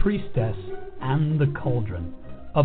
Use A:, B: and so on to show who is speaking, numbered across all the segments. A: Priestess and the Cauldron, a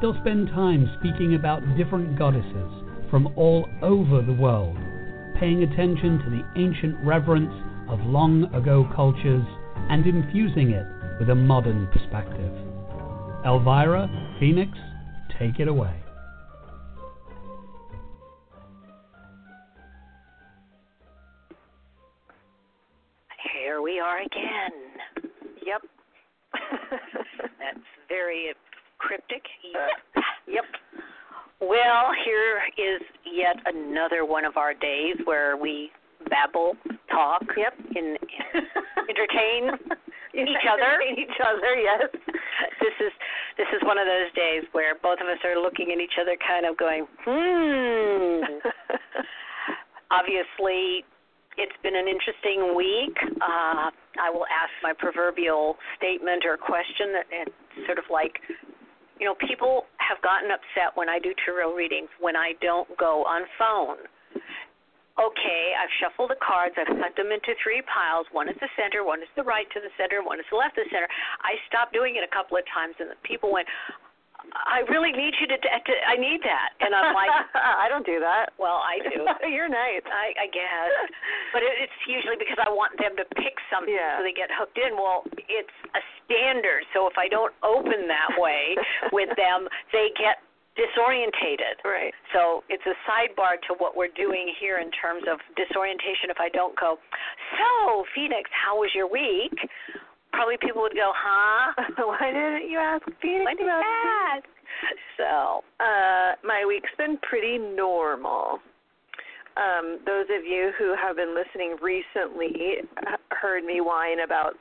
A: They'll spend time speaking about different goddesses from all over the world, paying attention to the ancient reverence of long ago cultures and infusing it with a modern perspective. Elvira, Phoenix, take it away.
B: Here we are again.
C: Yep.
B: That's very cryptic.
C: Uh, yep.
B: Well, here is yet another one of our days where we babble, talk,
C: Yep.
B: and entertain each other.
C: Entertain Each other. Yes.
B: This is this is one of those days where both of us are looking at each other kind of going, "Hmm." Obviously, it's been an interesting week. Uh, I will ask my proverbial statement or question that it's sort of like, you know, people have gotten upset when I do tarot readings when I don't go on phone. Okay, I've shuffled the cards. I've cut them into three piles. One is the center, one is the right to the center, one is the left to the center. I stopped doing it a couple of times, and the people went, "I really need you to, to I need that," and I'm like,
C: I don't do that.
B: "Well, I do."
C: You're nice.
B: I, I guess, but it, it's usually because I want them to pick something
C: Yeah.
B: so they get hooked in. Well, it's a standard, so if I don't open that way with them, they get disorientated.
C: Right.
B: So it's a sidebar to what we're doing here in terms of disorientation. If I don't go, so Phoenix, how was your week? Probably people would go, huh?
C: Why didn't you ask Phoenix
B: What is
C: about
B: that? So
C: Uh, my week's been pretty normal. Um, those of you who have been listening recently h- heard me whine about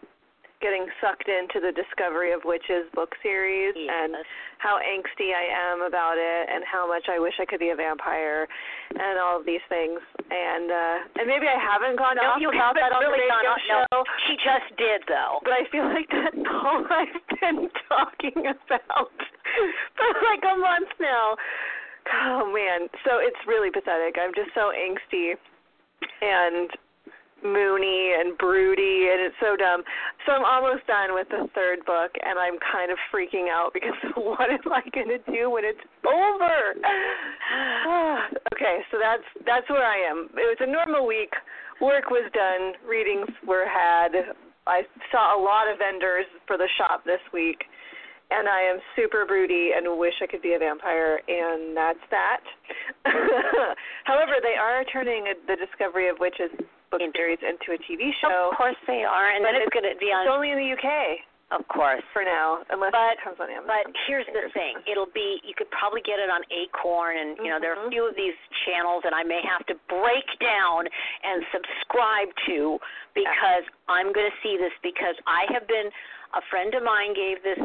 C: getting sucked into the Discovery of Witches book series and
B: Yes.
C: how angsty I am about it and how much I wish I could be a vampire and all of these things. And uh, and maybe I haven't gone
B: no,
C: off
B: you
C: about
B: haven't
C: that on
B: really
C: the
B: gone on.
C: radio show.
B: No, she just did though.
C: But I feel like that's all I've been talking about for like a month now. Oh man, so it's really pathetic. I'm just so angsty and moony and broody, and it's so dumb. So I'm almost done with the third book, and I'm kind of freaking out because what am I gonna do when it's over? okay, so that's that's where I am. It was a normal week. Work was done. Readings were had. I saw a lot of vendors for the shop this week, and I am super broody and wish I could be a vampire, and that's that. However, they are turning the Discovery of Witches book series into a TV show.
B: Of course they are, and
C: But
B: then it's
C: it's-
B: going to be
C: It's
B: Oh, on.
C: only in the UK
B: Of course.
C: for now, unless
B: But-
C: it comes on Amazon.
B: But here's the thing: it'll be you could probably get it on Acorn, and you know there are a
C: Mhm.
B: few of these channels that I may have to break down and subscribe to because I'm going to see this because I have been a friend of mine gave this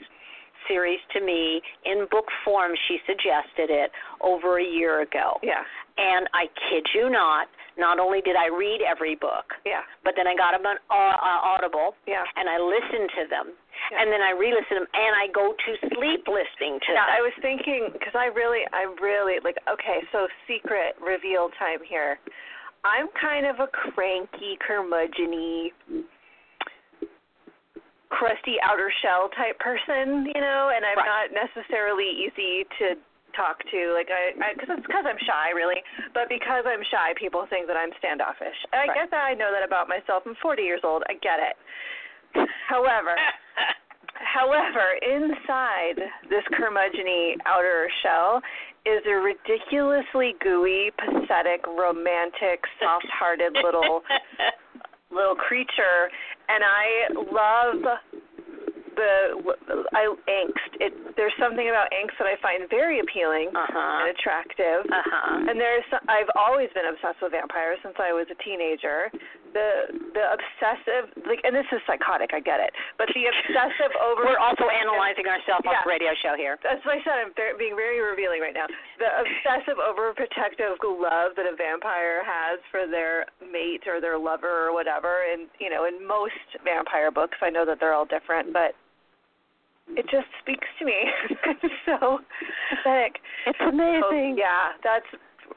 B: series to me in book form. She suggested it over a year ago,
C: yeah,
B: and I kid you not, not only did I read every book,
C: yeah,
B: but then I got them on uh, uh, Audible
C: yeah.
B: and I listen to them,
C: Yeah.
B: and then I re-listen them, and I go to sleep listening to
C: Yeah,
B: them.
C: I was thinking because I really, I really like. Okay, so secret reveal time here. I'm kind of a cranky, curmudgeony, crusty outer shell type person, you know, and I'm
B: Right.
C: not necessarily easy to talk to. Like I, because it's because I'm shy, really. But because I'm shy, people think that I'm standoffish. And I
B: Right.
C: get that. I know that about myself. I'm 40 years old. I get it. However. However, inside this curmudgeony outer shell is a ridiculously gooey, pathetic, romantic, soft-hearted little little creature, and I love the I angst it there's something about angst that I find very appealing
B: Uh-huh.
C: and attractive.
B: Uh-huh.
C: And there's I've always been obsessed with vampires since I was a teenager. The the obsessive like and this is psychotic, I get it. But the obsessive over
B: We're also analyzing ourselves on
C: Yeah.
B: the radio show here.
C: That's what I said. I'm very, being very revealing right now. The obsessive, overprotective love that a vampire has for their mate or their lover or whatever, and you know, in most vampire books, I know that they're all different, but it just speaks to me. it's so pathetic.
B: It's
C: So, Oh, yeah, that's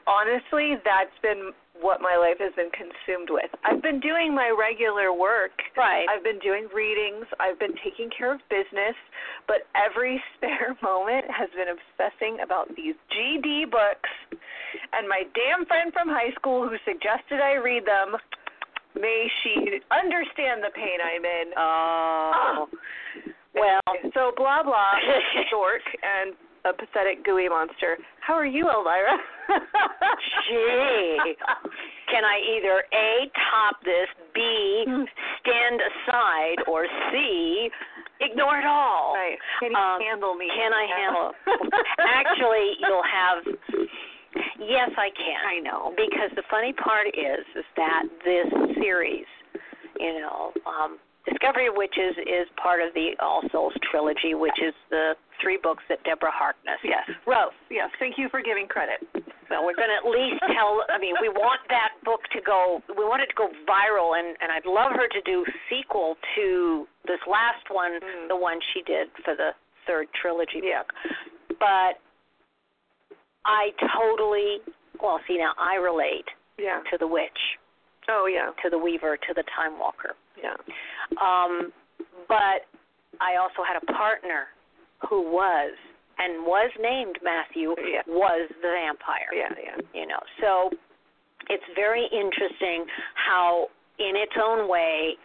C: honestly that's been what my life has been consumed with. I've been doing my regular work.
B: Right.
C: I've been doing readings, I've been taking care of business, but every spare moment has been obsessing about these GD books. And my damn friend from high school who suggested I read them, may she understand the pain I'm in.
B: Oh. Well,
C: So blah blah, dork and a pathetic gooey monster. How are you, Elvira?
B: Gee. can I either A, top this, B,
C: Mm.
B: stand aside, or C, ignore it all?
C: Right. Can you
B: Um,
C: handle me?
B: Can I
C: Yeah.
B: handle Actually, you'll have. Yes, I can.
C: I know.
B: Because the funny part is, is that this series, you know, um, Discovery of Witches is part of the All Souls trilogy, which is the three books that Deborah Harkness
C: Yes.
B: wrote.
C: Yes. Thank you for giving credit.
B: So we're going to at least tell. I mean, we want that book to go. We want it to go viral, and and I'd love her to do sequel to this last one,
C: Mm.
B: the one she did for the third trilogy
C: Yeah.
B: book. But I totally. Well, see now I relate
C: Yeah.
B: to the witch,
C: Oh yeah.
B: to the weaver, to the time walker.
C: Yeah.
B: Um, but I also had a partner who was and was named Matthew
C: Yeah.
B: was the vampire.
C: Yeah. Yeah.
B: you know so it's very interesting how in its own way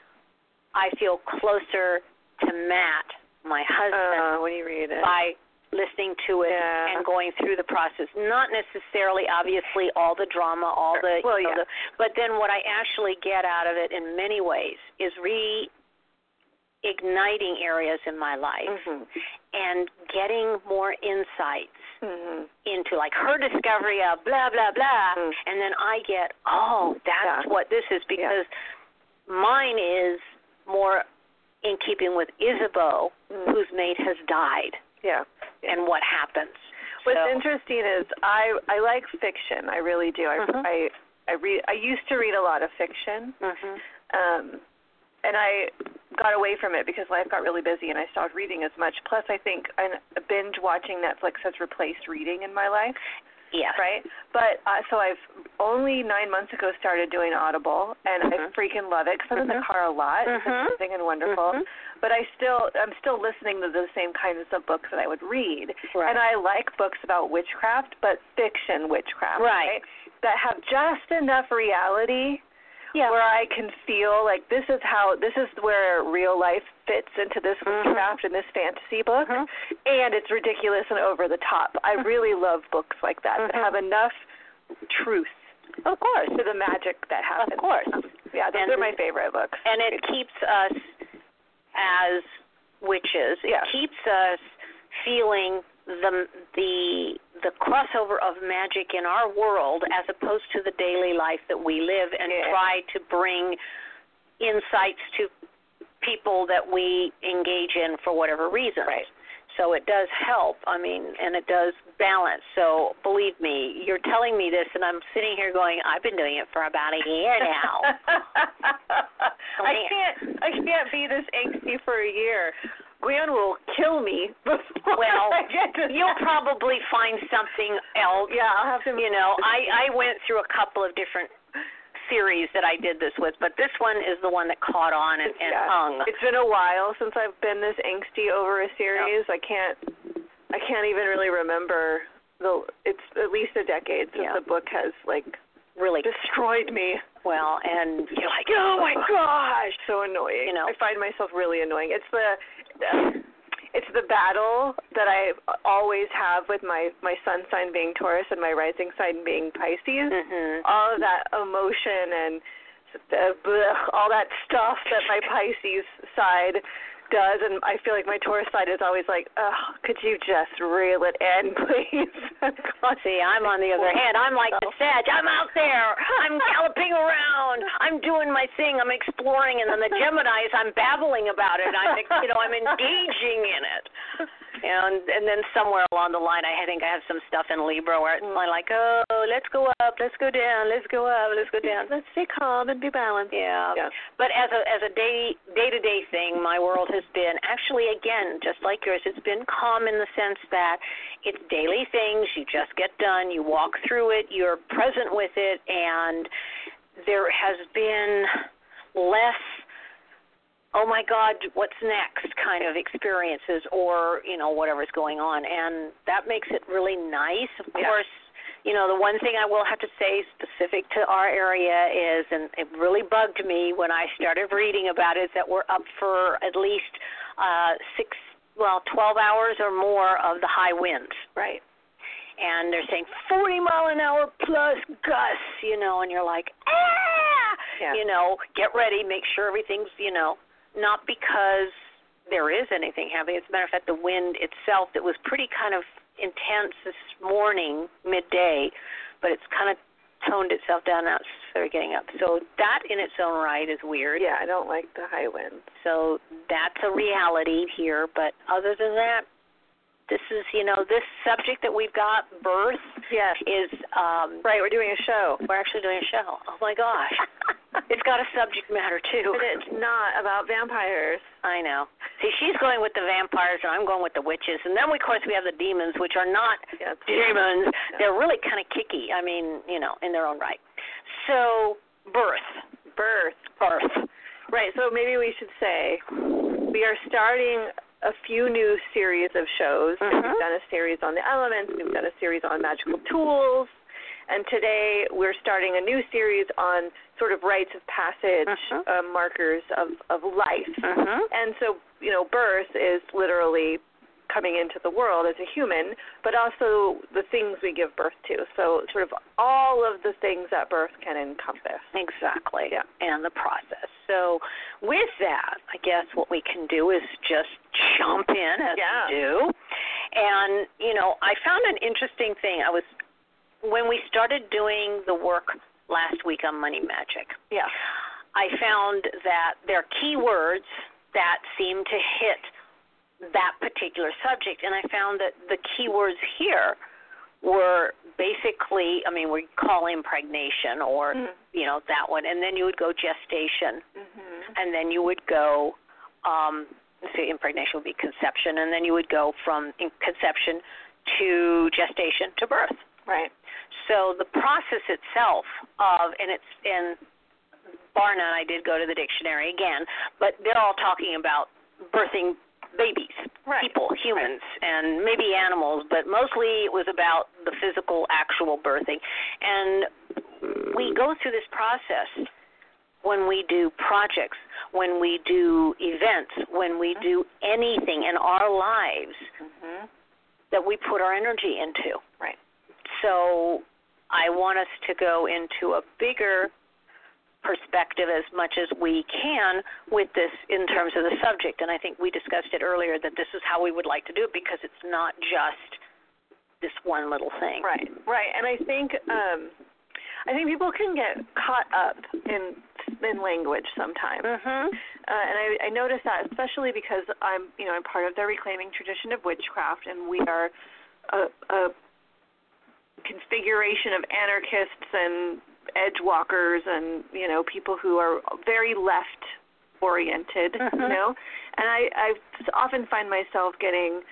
B: i feel closer to matt my husband
C: Uh, when you read it.
B: by listening to it
C: Yeah.
B: and going through the process not necessarily obviously all the drama all the,
C: Well,
B: you know,
C: yeah.
B: the but then what i actually get out of it in many ways is re igniting areas in my life
C: Mhm.
B: and getting more insights
C: Mhm.
B: into like her discovery of blah blah blah
C: Mm.
B: and then I get oh that's
C: Yeah.
B: what this is because mine is more in keeping with Isabeau
C: Mm.
B: whose mate has died
C: Yeah. Yeah.
B: and what happens.
C: What's
B: so,
C: interesting is I I like fiction. I really do. I
B: Mhm.
C: I I read. I used to read a lot of fiction.
B: hmm
C: um and I got away from it because life got really busy and I stopped reading as much. Plus, I think an- binge watching Netflix has replaced reading in my life,
B: Yes.
C: right? But uh, so I've only nine months ago started doing Audible, and
B: Mhm.
C: I freaking love it because I'm in the
B: Mhm.
C: car a lot. It's
B: Mhm.
C: amazing and wonderful.
B: Mhm.
C: But I still, I'm still listening to the same kinds of books that I would read,
B: Right.
C: and I like books about witchcraft, but fiction witchcraft,
B: Right.
C: That have just enough reality
B: yeah.
C: where I can feel like this is how this is where real life fits into this
B: Mhm.
C: craft and this fantasy book,
B: Mhm.
C: and it's ridiculous and over the top. I
B: Mm-hmm.
C: really love books like that that
B: Mhm.
C: have enough truth
B: Of course.
C: to the magic that happens.
B: Of course.
C: Yeah, those
B: And-
C: are my favorite books.
B: and it keeps us as witches. It
C: Yeah.
B: keeps us feeling the the the crossover of magic in our world as opposed to the daily life that we live and
C: Yeah.
B: try to bring insights to people that we engage in for whatever reason.
C: Right.
B: So it does help. I mean, and it does balance. So believe me, you're telling me this, and I'm sitting here going, I've been doing it for about a year now.
C: I can't I can't be this angsty for a year. Gwen will kill me before
B: Well,
C: I get to
B: You'll probably find something else.
C: Yeah, I'll have to
B: You know, I I went through a couple of different series that I did this with, but this one is the one that caught on and, and
C: Yeah.
B: hung.
C: It's been a while since I've been this angsty over a series. I can't I can't even really remember the it's at least a decade since
B: Yeah.
C: the book has like
B: Really
C: destroyed me.
B: well, and you're like,
C: Oh my gosh, so annoying.
B: You know.
C: I find myself really annoying. It's the uh, it's the battle that I always have with my my sun sign being Taurus and my rising sign being Pisces
B: Mhm.
C: all of that emotion and uh, blech, all that stuff that my Pisces side does, and I feel like my tourist side is always like, oh, could you just reel it in, please?
B: See, I'm on the other hand. I'm like the sedge. I'm out there. I'm galloping around. I'm doing my thing. I'm exploring, and then the Gemini's. I'm babbling about it. I'm, you know, I'm engaging in it. And and then somewhere along the line, I think I have some stuff in Libra where it's like, oh, let's go up, let's go down, let's go up, let's go down.
C: Let's stay calm and be balanced.
B: Yeah.
C: Yes.
B: But as a as a day day to day thing, my world has been actually again just like yours. It's been calm in the sense that it's daily things. You just get done. You walk through it. You're present with it, and there has been less. Oh my God, what's next? Kind of experiences, or you know whatever's going on, and that makes it really nice. Of
C: Yeah.
B: course, you know, the one thing I will have to say specific to our area is, and it really bugged me when I started reading about it, is that we're up for at least uh, six, well, 12 hours or more of the high winds.
C: Right.
B: And they're saying 40 mile an hour plus gusts, you know, and you're like, ah!
C: Yeah.
B: You know, get ready, make sure everything's, you know, not because there is anything happening. As a matter of fact, the wind itself that was pretty kind of intense this morning, midday, but it's kind of toned itself down now. It's sort of getting up. So that in its own right is weird.
C: Yeah, I don't like the high winds.
B: So that's a reality here. But other than that, this is you know this subject that we've got birth
C: Yes.
B: is um
C: Right, we're doing a show.
B: we're actually doing a show. Oh my gosh, it's got a subject matter too.
C: But it's not about vampires.
B: I know. See, she's going with the vampires, and I'm going with the witches. And then, we, of course, we have the demons, which are not
C: Yes.
B: demons.
C: Yeah.
B: They're really kind of kicky. I mean, you know, in their own right. So, birth,
C: Birth.
B: birth.
C: Right, so maybe we should say we are starting a few new series of shows.
B: Mhm.
C: We've done a series on the elements, we've done a series on magical tools, and today we're starting a new series on sort of rites of passage,
B: Mhm.
C: uh, markers of, of life.
B: Mhm.
C: And so, you know, birth is literally coming into the world as a human, but also the things we give birth to. So, sort of all of the things that birth can encompass.
B: Exactly. And the process. So, with that, I guess what we can do is just jump in as
C: Yeah.
B: we do. And, you know, I found an interesting thing. I was, when we started doing the work last week on Money Magic,
C: Yeah.
B: I found that there are keywords that seem to hit that particular subject, and I found that the keywords here were basically, I mean, we call impregnation or
C: Mhm.
B: you know that one, and then you would go gestation,
C: Mhm.
B: and then you would go, um, let's see, impregnation would be conception, and then you would go from in- conception to gestation to birth.
C: Right.
B: So the process itself of and it's and bar none, I did go to the dictionary again, but they're all talking about birthing babies,
C: Right.
B: people, humans, and maybe animals, but mostly it was about the physical, actual birthing. And we go through this process when we do projects, when we do events, when we do anything in our lives
C: Mhm.
B: that we put our energy into.
C: Right.
B: So I want us to go into a bigger perspective as much as we can with this in terms of the subject. And I think we discussed it earlier that this is how we would like to do it because it's not just this one little thing.
C: Right, right. And I think um I think people can get caught up in in language sometimes.
B: Mhm.
C: Uh, and I, I notice that especially because I'm you know I'm part of the reclaiming tradition of witchcraft, and we are a, a configuration of anarchists and edge walkers and you know people who are very left oriented, you
B: Mhm.
C: know. And I I often find myself getting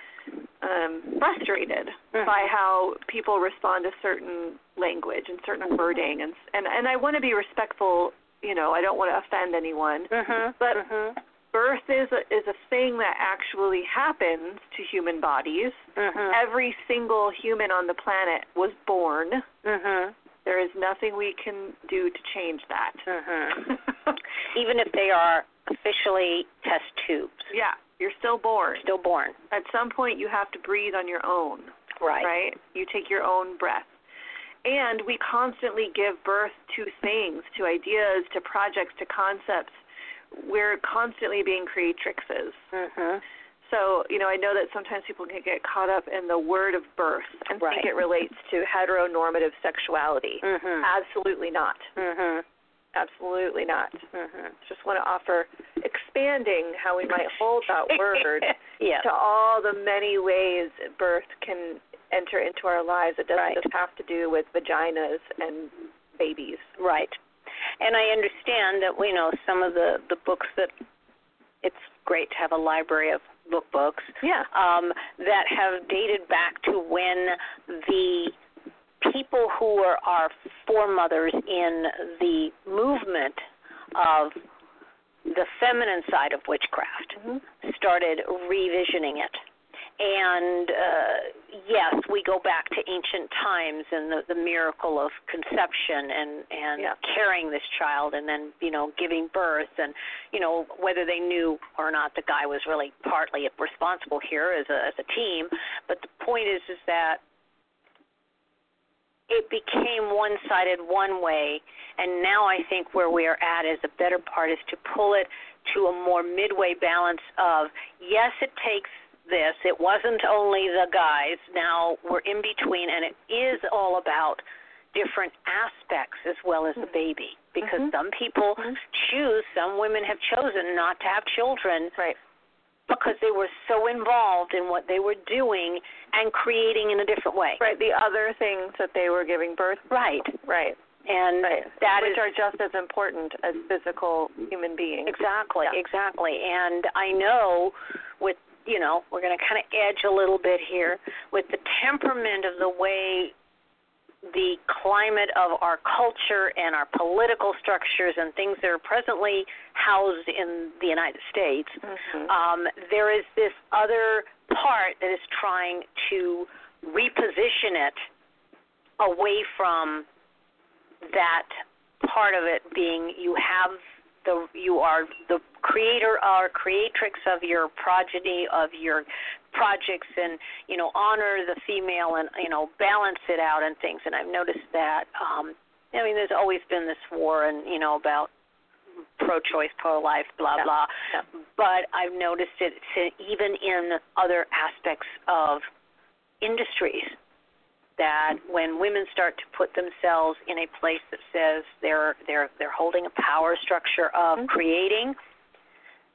C: um, frustrated
B: Mhm.
C: by how people respond to certain language and certain wording, and and and I want to be respectful. You know, I don't want to offend anyone
B: Mhm.
C: But-
B: mhm.
C: birth is a, is a thing that actually happens to human bodies.
B: Mhm.
C: Every single human on the planet was born.
B: Mhm.
C: There is nothing we can do to change that.
B: Mhm. Even if they are officially test tubes,
C: yeah, you're still born.
B: still born.
C: At some point, you have to breathe on your own, right? You take your own breath. And we constantly give birth to things, to ideas, to projects, to concepts. we're constantly being creatrixes.
B: Mhm.
C: So, you know, I know that sometimes people can get caught up in the word of birth and
B: Right.
C: think it relates to heteronormative sexuality.
B: Mhm.
C: Absolutely not.
B: Mhm.
C: Absolutely not.
B: Mhm.
C: Just want to offer expanding how we might hold that word
B: yes.
C: to all the many ways birth can enter into our lives. It doesn't
B: Right.
C: just have to do with vaginas and babies.
B: Right. And I understand that you know some of the the books that it's great to have a library of book books
C: Yeah.
B: um, that have dated back to when the people who were our foremothers in the movement of the feminine side of witchcraft
C: Mhm.
B: Mm-hmm. started revisioning it. And uh, yes, we go back to ancient times and the, the miracle of conception and and
C: Yeah.
B: carrying this child and then you know giving birth and you know whether they knew or not the guy was really partly responsible here as a as a team. But the point is is that it became one sided one way and now I think where we are at is the better part is to pull it to a more midway balance of yes it takes this it wasn't only the guys now we're in between and it is all about different aspects as well as
C: Mm-hmm.
B: the baby because
C: Mhm.
B: some people
C: Mhm.
B: choose some women have chosen not to have children
C: Right.
B: because they were so involved in what they were doing and creating in a different way
C: Right. The other things that they were giving birth.
B: right
C: Right.
B: and
C: Right.
B: that
C: Which
B: is
C: are just as important as physical human beings.
B: Exactly,
C: Yeah.
B: exactly. And I know with, you know, we're going to kind of edge a little bit here with the temperament of the way the climate of our culture and our political structures and things that are presently housed in the United States
C: Mhm.
B: um, there is this other part that is trying to reposition it away from that part of it being you have the you are the creator or creatrix of your progeny of your projects and you know honor the female and you know balance it out and things and I've noticed that um I mean there's always been this war and you know about pro choice pro life blah
C: Yeah.
B: blah
C: Yeah.
B: but I've noticed it s- even in other aspects of industries that when women start to put themselves in a place that says they're they're they're holding a power structure of
C: Mhm.
B: creating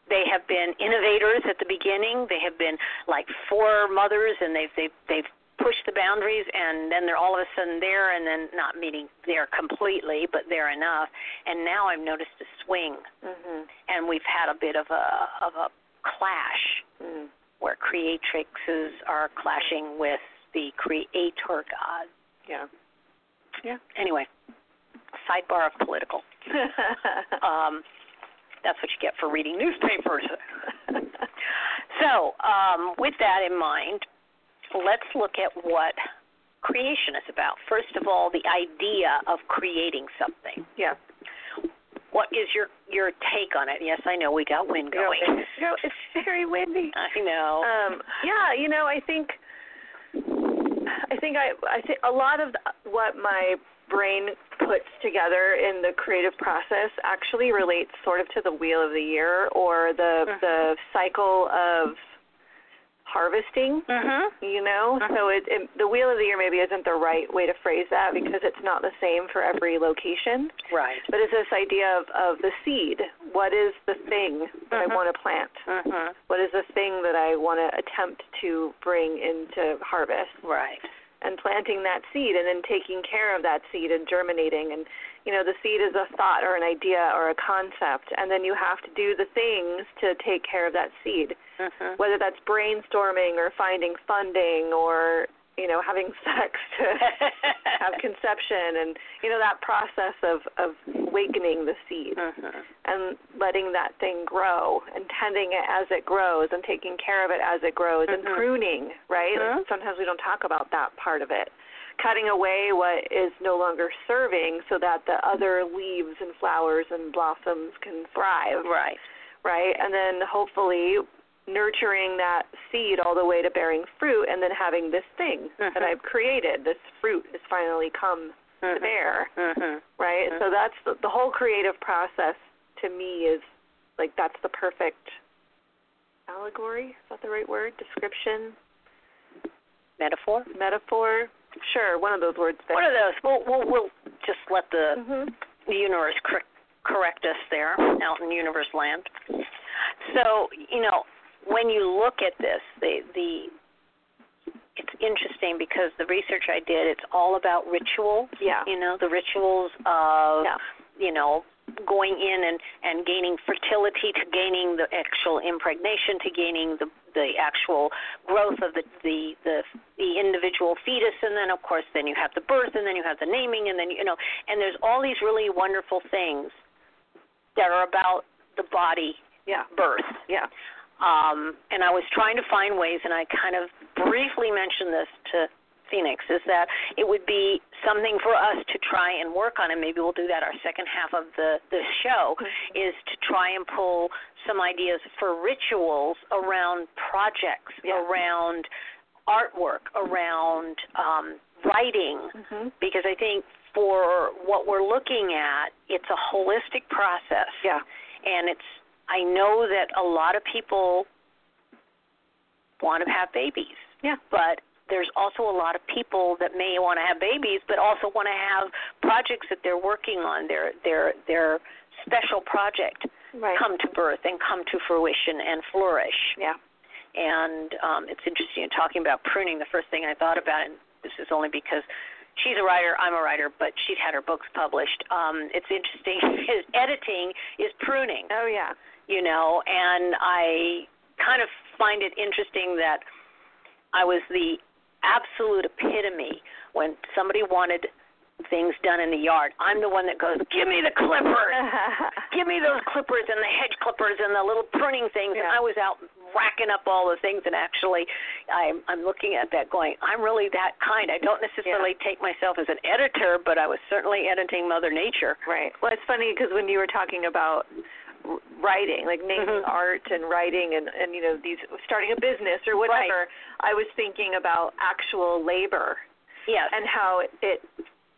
B: they have been innovators at the beginning they have been like foremothers and they've they've they've pushed the boundaries and then they're all of a sudden there and then not meeting there completely but there enough and now I've noticed a swing
C: Mhm.
B: and we've had a bit of a of a clash
C: Mm.
B: where creatrixes are clashing with the creator god.
C: Yeah.
B: Anyway, sidebar of political. Um, that's what you get for reading newspapers. so, um, with that in mind, let's look at what creation is about. First of all, the idea of creating something.
C: yeah.
B: What is your your take on it? Yes, I know we got wind going.
C: You know, it's very windy.
B: I know.
C: Um, yeah, you know, I think I think I I think a lot of what my brain puts together in the creative process actually relates sort of to the wheel of the year or the
B: Mhm.
C: the cycle of harvesting.
B: mhm.
C: you know
B: Mhm.
C: so it, it the wheel of the year maybe isn't the right way to phrase that because it's not the same for every location
B: Right.
C: but it's this idea of of the seed what is the thing that
B: Mhm.
C: i want to plant
B: Mhm.
C: what is the thing that i want to attempt to bring into harvest
B: Right.
C: and planting that seed and then taking care of that seed and germinating and you know the seed is a thought or an idea or a concept and then you have to do the things to take care of that seed
B: Mhm.
C: whether that's brainstorming or finding funding or you know having sex to have conception and you know that process of of awakening the seed
B: Mhm.
C: and letting that thing grow and tending it as it grows and taking care of it as it grows
B: Mhm.
C: and pruning right
B: Mhm.
C: like sometimes we don't talk about that part of it cutting away what is no longer serving so that the other leaves and flowers and blossoms can thrive
B: Right.
C: right? And then hopefully nurturing that seed all the way to bearing fruit and then having this thing
B: Mhm.
C: that I've created, this fruit has finally come to
B: Mhm.
C: bear,
B: Mhm.
C: Uh-huh. right? So that's the, the whole creative process to me is like that's the perfect allegory. Is that the right word? Description,
B: Metaphor?
C: metaphor. Sure, one of those words. There.
B: One of those. We'll, we'll, we'll just let the
C: mm-hmm.
B: the universe cor- correct us there out in universe land. So you know when you look at this, the the it's interesting because the research I did, it's all about rituals.
C: Yeah.
B: You know the rituals of
C: Yeah.
B: you know going in and and gaining fertility to gaining the actual impregnation to gaining the the actual growth of the the the, the individual fetus and then of course then you have the birth and then you have the naming and then you know and there's all these really wonderful things that are about the body
C: Yeah.
B: birth
C: Yeah.
B: um, and I was trying to find ways, and I kind of briefly mentioned this to Phoenix, is that it would be something for us to try and work on, and maybe we'll do that our second half of the, the show, is to try and pull some ideas for rituals around projects,
C: Yeah.
B: around artwork, around um, writing,
C: Mm-hmm.
B: because I think for what we're looking at, it's a holistic process
C: Yeah.
B: and it's I know that a lot of people want to have babies,
C: Yeah.
B: but there's also a lot of people that may want to have babies but also want to have projects that they're working on their their their special project
C: Right.
B: come to birth and come to fruition and flourish
C: Yeah.
B: and um it's interesting talking about pruning the first thing I thought about and this is only because she's a writer, I'm a writer, but she's had her books published. Um it's interesting is editing is pruning
C: Oh yeah.
B: you know, and I kind of find it interesting that I was the absolute epitome when somebody wanted things done in the yard. I'm the one that goes, "Give me the clippers. Give me those clippers and the hedge clippers and the little pruning things." And
C: Yeah.
B: I was out racking up all the things and actually I'm I'm looking at that going, "I'm really that kind. I don't necessarily take myself as an editor, but I was certainly editing mother nature."
C: Right. Well, it's funny because when you were talking about r- writing, like naming
B: Mhm.
C: art and writing, and and you know these starting a business or whatever, I was thinking about actual labor
B: Yes.
C: and how it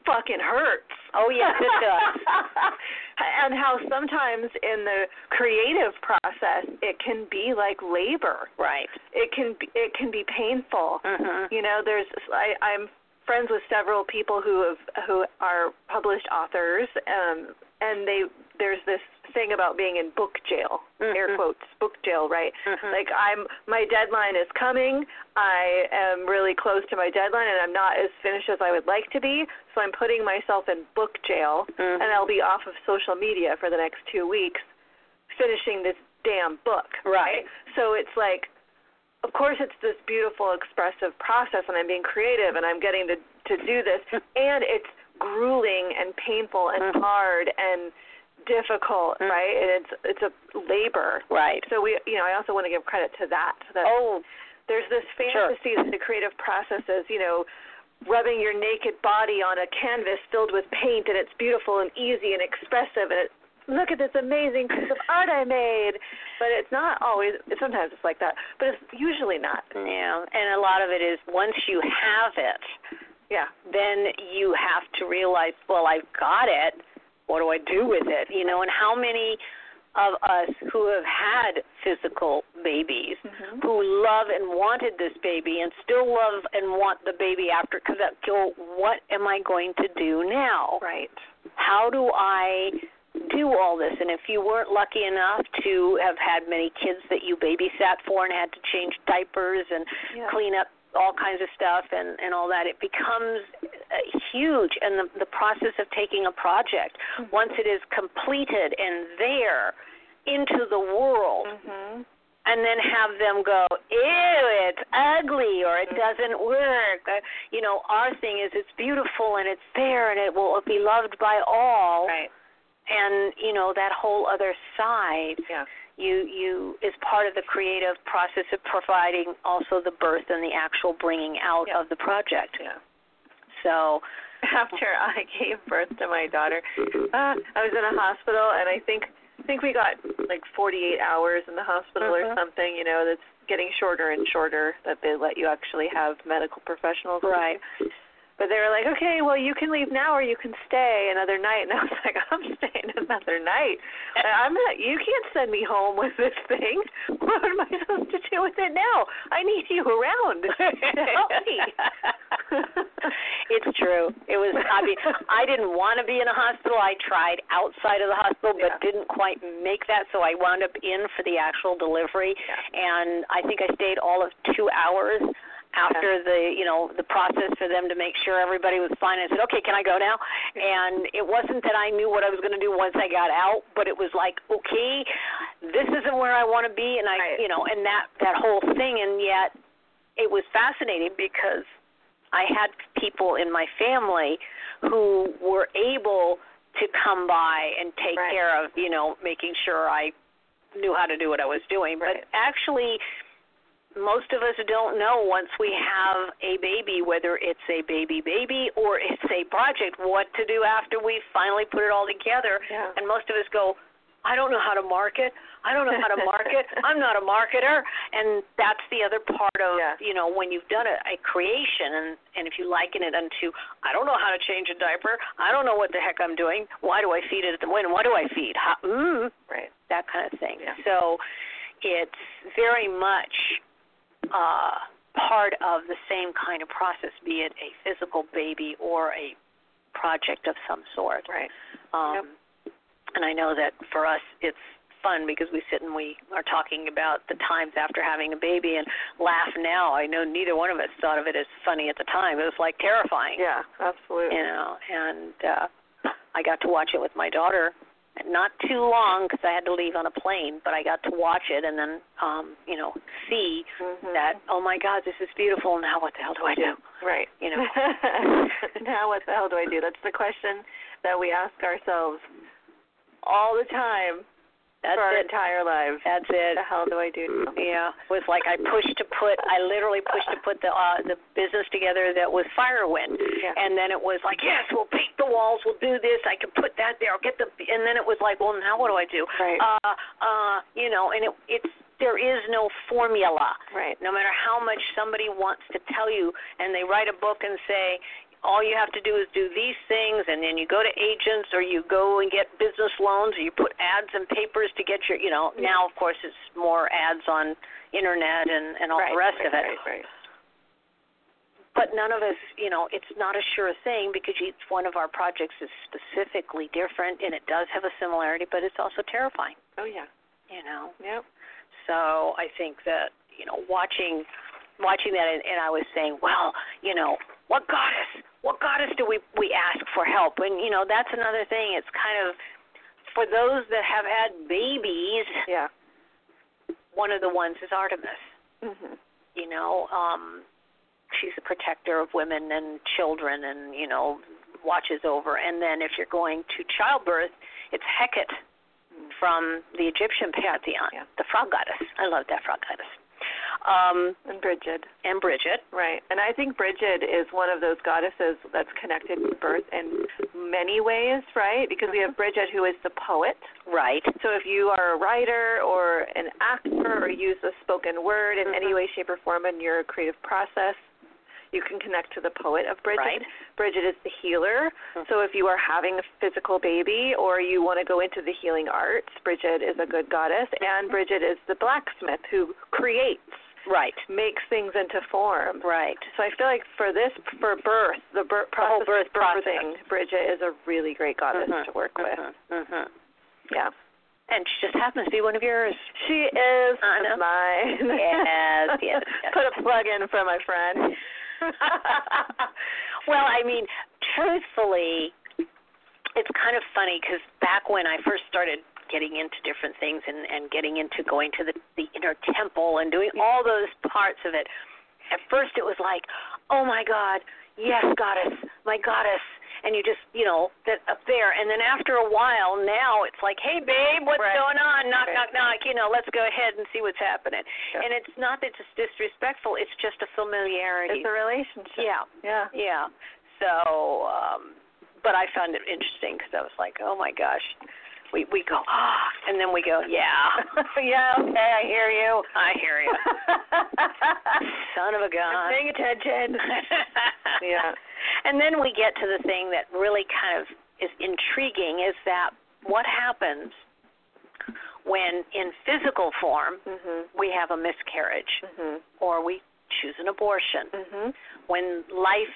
C: fucking hurts.
B: oh yes, it does.
C: and how sometimes in the creative process it can be like labor.
B: right.
C: It can be, it can be painful.
B: Mhm.
C: you know there's i i'm friends with several people who have who are published authors um and they there's this thing about being in book jail air
B: Mhm.
C: quotes book jail right
B: Mhm.
C: like i'm my deadline is coming i am really close to my deadline and i'm not as finished as i would like to be so i'm putting myself in book jail
B: Mhm.
C: and i'll be off of social media for the next two weeks finishing this damn book
B: Right.
C: so it's like, of course, it's this beautiful expressive process, and I'm being creative, and I'm getting to to do this, and it's grueling and painful and
B: Mhm.
C: hard and difficult,
B: Mhm.
C: right? And it's it's a labor.
B: Right.
C: So we, you know, I also want to give credit to that. that
B: Oh,
C: there's this
B: Sure.
C: fantasy that the creative process is, you know, rubbing your naked body on a canvas filled with paint and it's beautiful and easy and expressive and it, look at this amazing piece of art I made. But it's not always. Sometimes it's like that, but it's usually not.
B: yeah. And a lot of it is once you have it,
C: Yeah.
B: then you have to realize, well, I've got it. What do I do with it? You know, and how many of us who have had physical babies
C: Mm-hmm.
B: who love and wanted this baby and still love and want the baby after because that go, what am I going to do now?
C: Right.
B: how do I do all this? And if you weren't lucky enough to have had many kids that you babysat for and had to change diapers and
C: Yeah.
B: clean up all kinds of stuff and and all that, it becomes uh, huge. And the the process of taking a project once it is completed and there into the world
C: Mhm.
B: and then have them go, ew, it's ugly or it
C: Mm-hmm.
B: doesn't work. Uh, you know, our thing is it's beautiful and it's there and it will be loved by all.
C: Right.
B: And you know that whole other side,
C: Yeah.
B: you you is part of the creative process of providing also the birth and the actual bringing out
C: Yeah.
B: of the project.
C: Yeah.
B: So
C: after I gave birth to my daughter, uh, I was in a hospital, and I think I think we got like 48 hours in the hospital or
B: Mhm.
C: something. You know, that's getting shorter and shorter that they let you actually have medical professionals.
B: right,
C: But they were like, okay, well, you can leave now or you can stay another night. And I was like, I'm staying another another night. I- I'm not. You can't send me home with this thing. What am I supposed to do with it now? I need you around. Help me.
B: it's true. It was. I mean, I didn't want to be in a hospital. I tried outside of the hospital, but
C: Yeah.
B: didn't quite make that. So I wound up in for the actual delivery,
C: Yeah.
B: and I think I stayed all of two hours after the you know the process for them to make sure everybody was fine. I said, okay, can I go now? And it wasn't that I knew what I was going to do once I got out, but it was like, okay, this isn't where I want to be, and I
C: Right.
B: you know, and that that whole thing, and yet it was fascinating because I had people in my family who were able to come by and take
C: Right.
B: care of, you know, making sure I knew how to do what I was doing.
C: Right.
B: But actually, most of us don't know once we have a baby, whether it's a baby baby or it's a project, what to do after we finally put it all together.
C: Yeah.
B: And most of us go, I don't know how to market. I don't know how to market. I'm not a marketer. And that's the other part of,
C: Yeah.
B: you know, when you've done a, a creation and, and if you liken it unto, I don't know how to change a diaper. I don't know what the heck I'm doing. Why do I feed it at the when? What do I feed? How, mm,
C: Right.
B: that kind of thing.
C: Yeah.
B: So it's very much uh, part of the same kind of process, be it a physical baby or a project of some sort.
C: Right.
B: Um, And I know that for us, it's fun because we sit and we are talking about the times after having a baby and laugh now. I know neither one of us thought of it as funny at the time. It was like terrifying
C: Yeah. Absolutely.
B: you know and uh i got to watch it with my daughter not too long because i had to leave on a plane but i got to watch it and then um you know see
C: Mhm.
B: that oh my god this is beautiful now what the hell do i do
C: Right.
B: you know.
C: now what the hell do I do? That's the question that we ask ourselves all the time
B: that's
C: for our
B: it
C: entire lives.
B: that's
C: What
B: it
C: the hell do I do?
B: yeah it was like i pushed to put i literally pushed to put the uh the business together that was firewind
C: Yeah.
B: and then it was like yes we'll paint the walls we'll do this i can put that there i'll get the and then it was like well now what do i do
C: Right.
B: uh uh you know and it it's there is no formula
C: right.
B: no matter how much somebody wants to tell you and they write a book and say all you have to do is do these things and then you go to agents or you go and get business loans or you put ads and papers to get your you know now of course it's more ads on internet and and all
C: right.
B: the rest
C: right,
B: of it
C: Right. Right.
B: but none of us you know it's not a sure thing because each one of our projects is specifically different and it does have a similarity but it's also terrifying
C: Oh yeah.
B: you know
C: Yep.
B: so I think that you know, watching watching that, and, and I was saying, well, you know, what goddess? What goddess do we we ask for help? And you know, that's another thing. It's kind of for those that have had babies.
C: Yeah.
B: One of the ones is Artemis.
C: Mhm.
B: You know, um, she's a protector of women and children, and you know, watches over. And then if you're going to childbirth, it's Hecate from the Egyptian pantheon,
C: Yeah.
B: the frog goddess. I love that frog goddess. Um,
C: And Bridget.
B: and Bridget.
C: Right. And I think Bridget is one of those goddesses that's connected to birth in many ways, right? Because we
B: Mm-hmm.
C: have Bridget who is the poet.
B: Right.
C: So if you are a writer or an actor or use a spoken word in any
B: Mhm.
C: way, shape, or form in your creative process, you can connect to the poet of Bridget.
B: Right.
C: Bridget is the healer.
B: Mhm.
C: So if you are having a physical baby or you want to go into the healing arts, Bridget is a good goddess.
B: Mm-hmm.
C: And Bridget is the blacksmith who creates,
B: Right.
C: makes things into form.
B: Right.
C: So I feel like for this, for birth, the birth
B: The whole
C: process,
B: Oh, birth
C: of
B: process.
C: birthing, Bridget is a really great goddess
B: Mhm.
C: to work with.
B: Mhm.
C: Yeah.
B: And she just happens to be one of yours.
C: She is
B: Anna.
C: mine.
B: Yes, yes, yes.
C: Put a plug in for my friend.
B: well, I mean, truthfully, it's kind of funny because back when I first started getting into different things and and getting into going to the the inner temple and doing all those parts of it, at first it was like, oh my God, yes, goddess, my goddess. And you just, you know, that up there. And then after a while, now it's like, hey, babe, what's
C: Right.
B: going on? Knock,
C: Right.
B: knock, knock. You know, let's go ahead and see what's happening.
C: Yeah.
B: And it's not that it's disrespectful. It's just a familiarity.
C: It's a relationship.
B: yeah.
C: Yeah.
B: Yeah. So, um, but I found it interesting because I was like, oh my gosh, we we go ah, and then we go yeah, yeah, okay, I hear you, I hear you, son of a
C: I'm
B: gun.
C: paying attention. Yeah.
B: And then we get to the thing that really kind of is intriguing is that what happens when in physical form
C: Mhm.
B: we have a miscarriage
C: Mhm.
B: or we choose an abortion
C: Mhm.
B: when life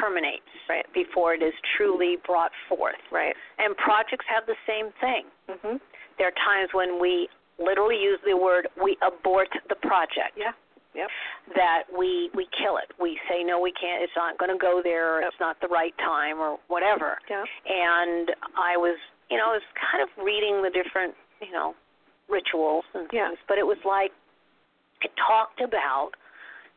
B: terminates
C: Right.
B: before it is truly brought forth
C: Right.
B: and projects have the same thing
C: Mhm.
B: there are times when we literally use the word we abort the project
C: Yeah. Yep.
B: that we we kill it we say no we can't it's not going to go there or it's not the right time or whatever
C: Yeah.
B: and I was, you know, I was kind of reading the different, you know, rituals and
C: Yeah.
B: things, but it was like it talked about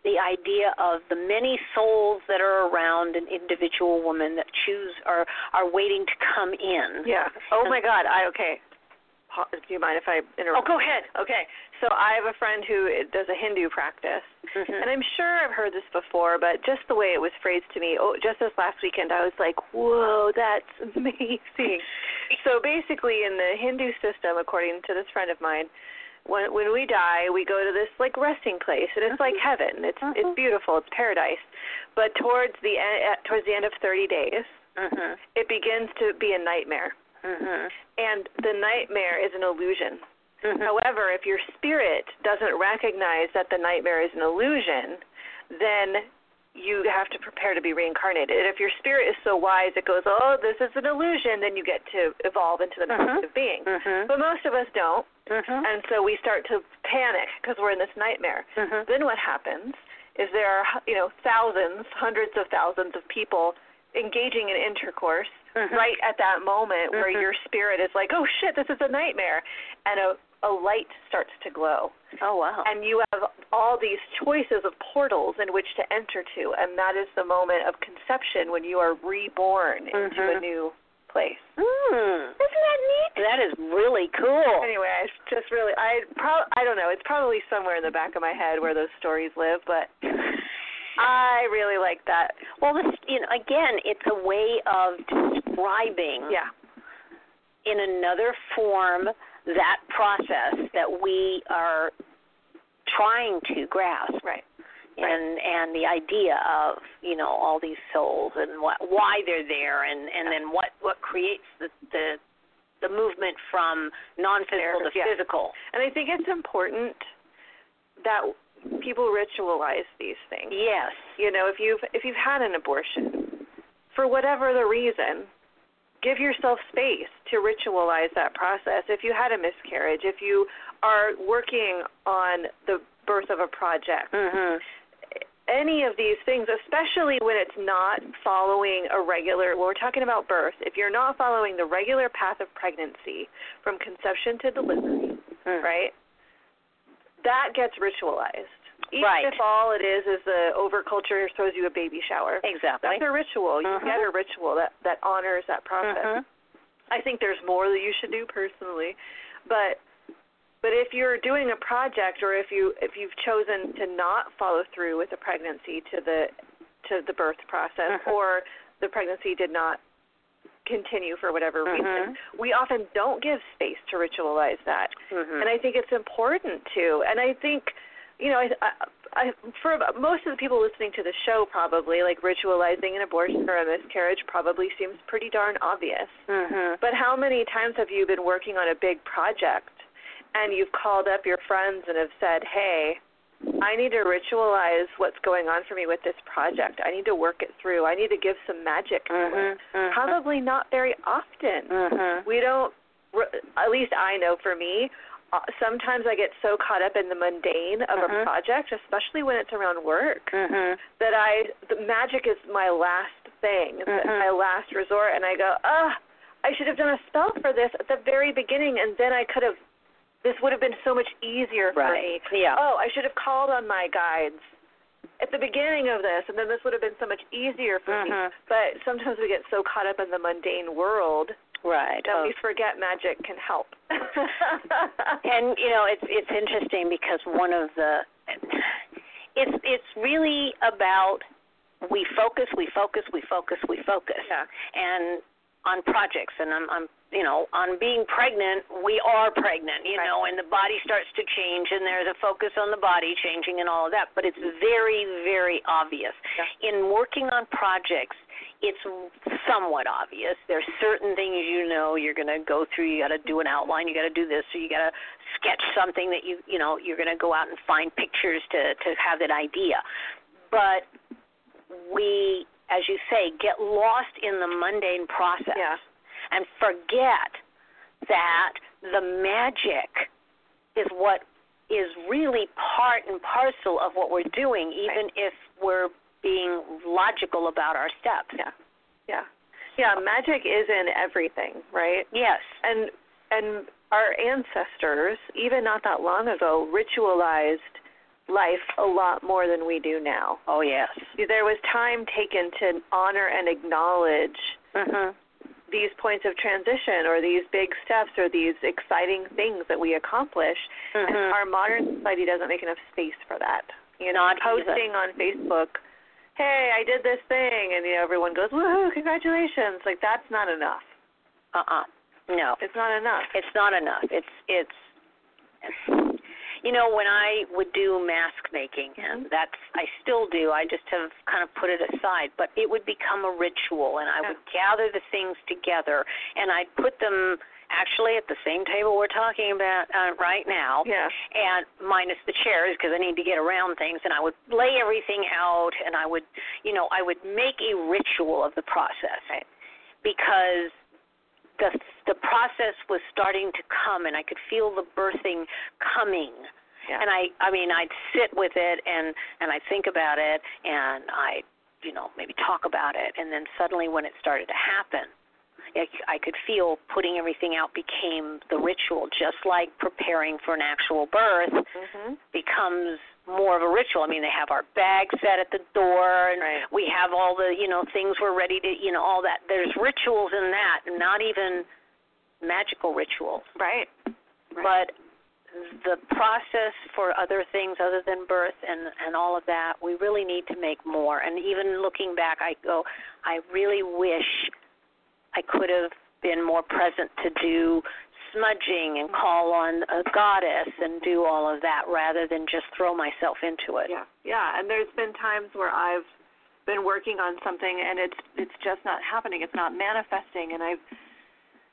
B: the idea of the many souls that are around an individual woman that choose are are waiting to come in.
C: Yeah. Oh my God. I okay. Pa- Do you mind if I
B: Oh,
C: interrupt?
B: go ahead.
C: Okay. So I have a friend who does a Hindu practice,
B: Mhm.
C: Mm-hmm. and I'm sure I've heard this before, but just the way it was phrased to me, oh, just this last weekend, I was like, "Whoa, that's amazing." so basically, in the Hindu system, according to this friend of mine, when when we die, we go to this like resting place, and it's like heaven. It's it's
B: Mhm.
C: beautiful. It's paradise. But towards the e- at- towards the end of 30 days,
B: Mhm.
C: it begins to be a nightmare,
B: Mhm.
C: and the nightmare is an illusion. Mm-hmm.
B: Mhm.
C: However, if your spirit doesn't recognize that the nightmare is an illusion, then you have to prepare to be reincarnated. And if your spirit is so wise it goes, Oh, this is an illusion, then you get to evolve into the next
B: Mhm.
C: being.
B: Mhm.
C: But most of us don't,
B: Mhm.
C: and so we start to panic because we're in this nightmare.
B: Mhm.
C: Then what happens is there are, you know, thousands, hundreds of thousands of people engaging in intercourse
B: Mhm.
C: right at that moment where
B: Mhm.
C: your spirit is like, "Oh shit, this is a nightmare," and a a light starts to glow,
B: Oh wow.
C: and you have all these choices of portals in which to enter to, and that is the moment of conception when you are reborn into a
B: Mhm.
C: new place.
B: Mm.
C: Isn't that neat?
B: That is really cool.
C: Anyway, I just really, I pro- I don't know. It's probably somewhere in the back of my head where those stories live, but I really like that.
B: Well, this, you know, again, it's a way of describing
C: Yeah,
B: in another form that process that we are trying to grasp
C: right.
B: and and the idea of you know all these souls and what why they're there and and then what what creates the the the movement from non-physical to
C: Yeah.
B: physical
C: And I think it's important that people ritualize these things.
B: yes
C: You know, if you've if you've had an abortion, for whatever the reason, give yourself space to ritualize that process. If you had a miscarriage, if you are working on the birth of a project,
B: mhm
C: Mm-hmm. any of these things, especially when it's not following a regular, well, we're talking about birth, if you're not following the regular path of pregnancy from conception to delivery,
B: Mm.
C: right? That gets ritualized. Even
B: Right.
C: if all it is is the overculture throws you a baby shower.
B: exactly
C: That's a ritual. You
B: Mhm.
C: get a ritual that, that honors that process.
B: Mhm.
C: I think there's more that you should do personally, but but if you're doing a project or if you if you've chosen to not follow through with a pregnancy to the to the birth process
B: Mhm.
C: or the pregnancy did not continue for whatever reason, we often don't give space to ritualize that
B: Mhm.
C: and I think it's important to. And I think, you know, I, I, I for most of the people listening to the show, probably like ritualizing an abortion or a miscarriage probably seems pretty darn obvious.
B: mhm
C: But how many times have you been working on a big project and you've called up your friends and have said, "Hey, I need to ritualize what's going on for me with this project. I need to work it through. I need to give some magic to it."
B: mhm mhm
C: Probably not very often
B: mhm
C: we don't re- at least i know for me uh, sometimes i get so caught up in the mundane of a
B: Mhm.
C: project especially when it's around work
B: mhm
C: that i the magic is my last thing it's
B: Mhm.
C: my last resort and i go ah i should have done a spell for this at the very beginning and then i could have this would have been so much easier for me
B: right yeah
C: oh, I should have called on my guides at the beginning of this, and then this would have been so much easier for
B: Mhm.
C: me. But sometimes we get so caught up in the mundane world
B: right
C: that
B: Oh,
C: we forget magic can help.
B: And you know, it's it's interesting because one of the it's it's really about we focus, we focus, we focus, we focus.
C: Yeah.
B: And on projects and I'm I'm you know, on being pregnant, we are pregnant, you
C: Right.
B: know, and the body starts to change and there's a focus on the body changing and all of that, but it's very very obvious. In working on projects, it's somewhat obvious. There's certain things you know you're going to go through, you got to do an outline, you got to do this, so you got to sketch something that you, you know, you're going to go out and find pictures to to have that idea. But we, as you say, get lost in the mundane process
C: Yeah.
B: and forget that the magic is what is really part and parcel of what we're doing, even if we're being logical about our steps.
C: Yeah. Yeah. Yeah, magic is in everything, right?
B: Yes.
C: and and our ancestors, even not that long ago, ritualized life a lot more than we do now.
B: Oh, yes.
C: There was time taken to honor and acknowledge
B: Mhm.
C: these points of transition or these big steps or these exciting things that we accomplish. And
B: Mhm.
C: our modern society doesn't make enough space for that. You know,
B: Not even.
C: posting on Facebook, "Hey, I did this thing," and you know, everyone goes, "Woohoo, congratulations!" Like that's not enough.
B: Uh-uh. No.
C: It's not enough.
B: It's not enough. It's it's you know when I would do mask making and
C: Mhm.
B: that's I still do. I just have kind of put it aside, but it would become a ritual and I would gather the things together and I'd put them actually at the same table we're talking about uh, right now
C: Yeah.
B: and minus the chairs because I need to get around things. And I would lay everything out, and I would, you know, I would make a ritual of the process because the the process was starting to come, and I could feel the birthing coming.
C: Yeah.
B: And I, I mean, I'd sit with it, and and I think about it, and I, you know, maybe talk about it, and then suddenly when it started to happen. I I could feel putting everything out became the ritual, just like preparing for an actual birth
C: Mhm.
B: becomes more of a ritual. I mean, they have our bag set at the door, and
C: Right.
B: we have all the you know things we're ready to you know all that. There's rituals in that, and not even magical rituals,
C: Right.
B: but the process for other things other than birth and and all of that we really need to make more and even looking back i go i really wish i could have been more present to do smudging and call on a goddess and do all of that rather than just throw myself into it
C: Yeah. Yeah. And there's been times where I've been working on something and it's it's just not happening. It's not manifesting and I've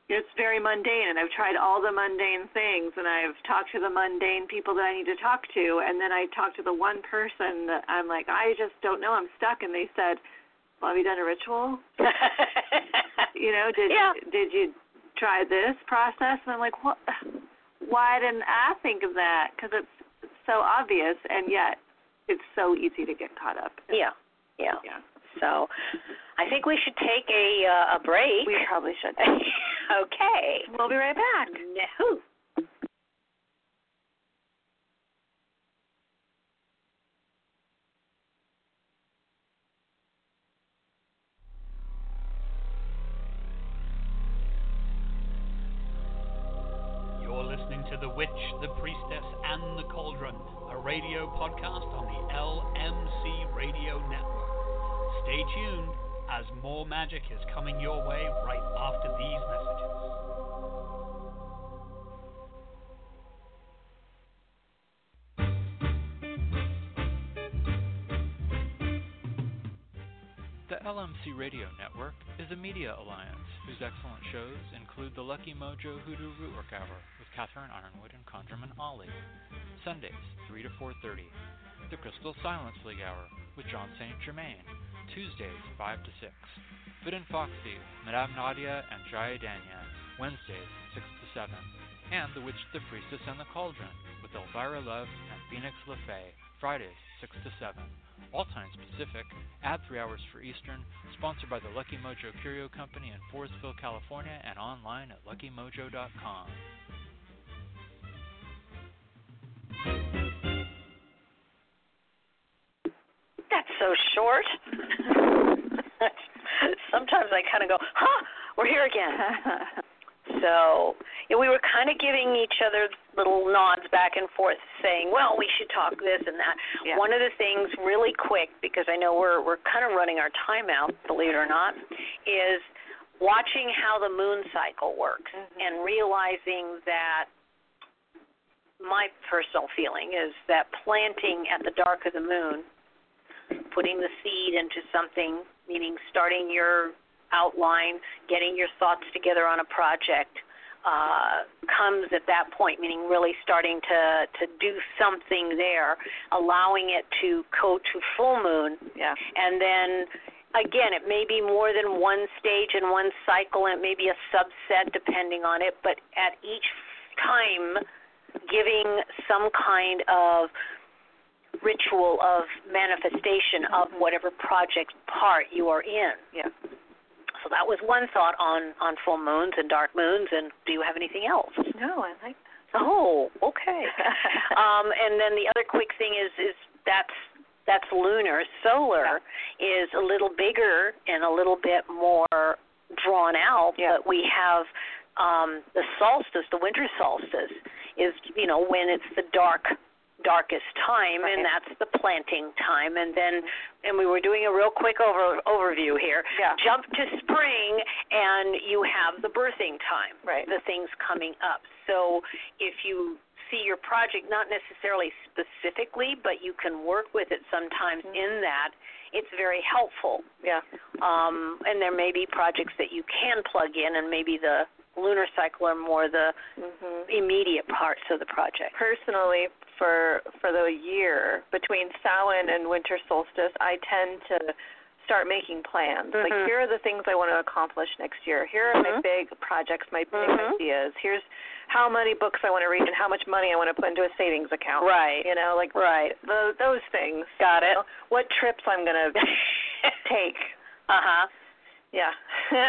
C: it's very mundane and I've tried all the mundane things and I've talked to the mundane people that I need to talk to and then I talked to the one person that I'm like, I just don't know, I'm stuck and they said, Well have you done a ritual? You know, did
B: Yeah.
C: did you try this process? And I'm like, What why didn't I think of that? Because it's so obvious, and yet it's so easy to get caught up. in.
B: yeah yeah
C: Yeah.
B: so i think we should take a uh, a break
C: We probably should.
B: okay
C: We'll be right back.
B: no
A: You're listening to The Witch, The Priestess, and The Cauldron, a radio podcast on the LMC Radio Network. Stay tuned as more magic is coming your way right after these messages.
D: The LMC Radio Network is a media alliance whose excellent shows include the Lucky Mojo Hoodoo Rootwork Hour with Catherine Ironwood and Conjurman Ollie, Sundays 3 to 4:30, the Crystal Silence League Hour with John St. Germain, Tuesdays 5 to 6, Fit and Foxy, Madame Nadia and Jaya Danya, Wednesdays 6 to 7, and The Witch, the Priestess, and the Cauldron with Elvira Love and Phoenix LaFay, Fridays 6 to 7 all times Pacific, add three hours for Eastern, sponsored by the Lucky Mojo Curio Company in Forestville, California, and online at luckymojo.com.
B: That's so short. Sometimes I kind of go, huh, we're here again. So yeah, we were kind of giving each other little nods back and forth, saying, well, we should talk this and that.
C: Yeah.
B: One of the things, really quick, because I know we're we're kind of running our time out, believe it or not, is watching how the moon cycle works
C: Mhm.
B: and realizing that my personal feeling is that planting at the dark of the moon, putting the seed into something, meaning starting your outline, getting your thoughts together on a project, uh, comes at that point, meaning really starting to, to do something there, allowing it to go to full moon
C: Yeah.
B: and then again it may be more than one stage and one cycle and it may be a subset depending on it but at each time giving some kind of ritual of manifestation of whatever project part you are in
C: Yeah.
B: so that was one thought on on full moons and dark moons and do you have anything else
C: No, I like
B: oh okay um, and then the other quick thing is is that's that's lunar. Solar is a little bigger and a little bit more drawn out,
C: Yeah.
B: but we have um, the solstice, the winter solstice, is you know when it's the dark darkest time and
C: Right.
B: that's the planting time and then and we were doing a real quick over overview here
C: Yeah.
B: jump to spring and you have the birthing time
C: Right.
B: the things coming up so if you see your project not necessarily specifically but you can work with it sometimes in that it's very helpful
C: Yeah.
B: um, and there may be projects that you can plug in and maybe the lunar cycle are more the
C: Mhm.
B: immediate parts of the project
C: Personally, for for the year between Samhain and winter solstice, I tend to start making plans.
B: Mhm.
C: Like here are the things I want to accomplish next year. Here are
B: Mhm.
C: my big projects, my big
B: Mhm.
C: ideas. Here's how many books I want to read and how much money I want to put into a savings account.
B: right
C: You know, like
B: right
C: tho- those things.
B: got
C: You
B: it
C: know, what trips I'm going to take.
B: uh-huh
C: Yeah.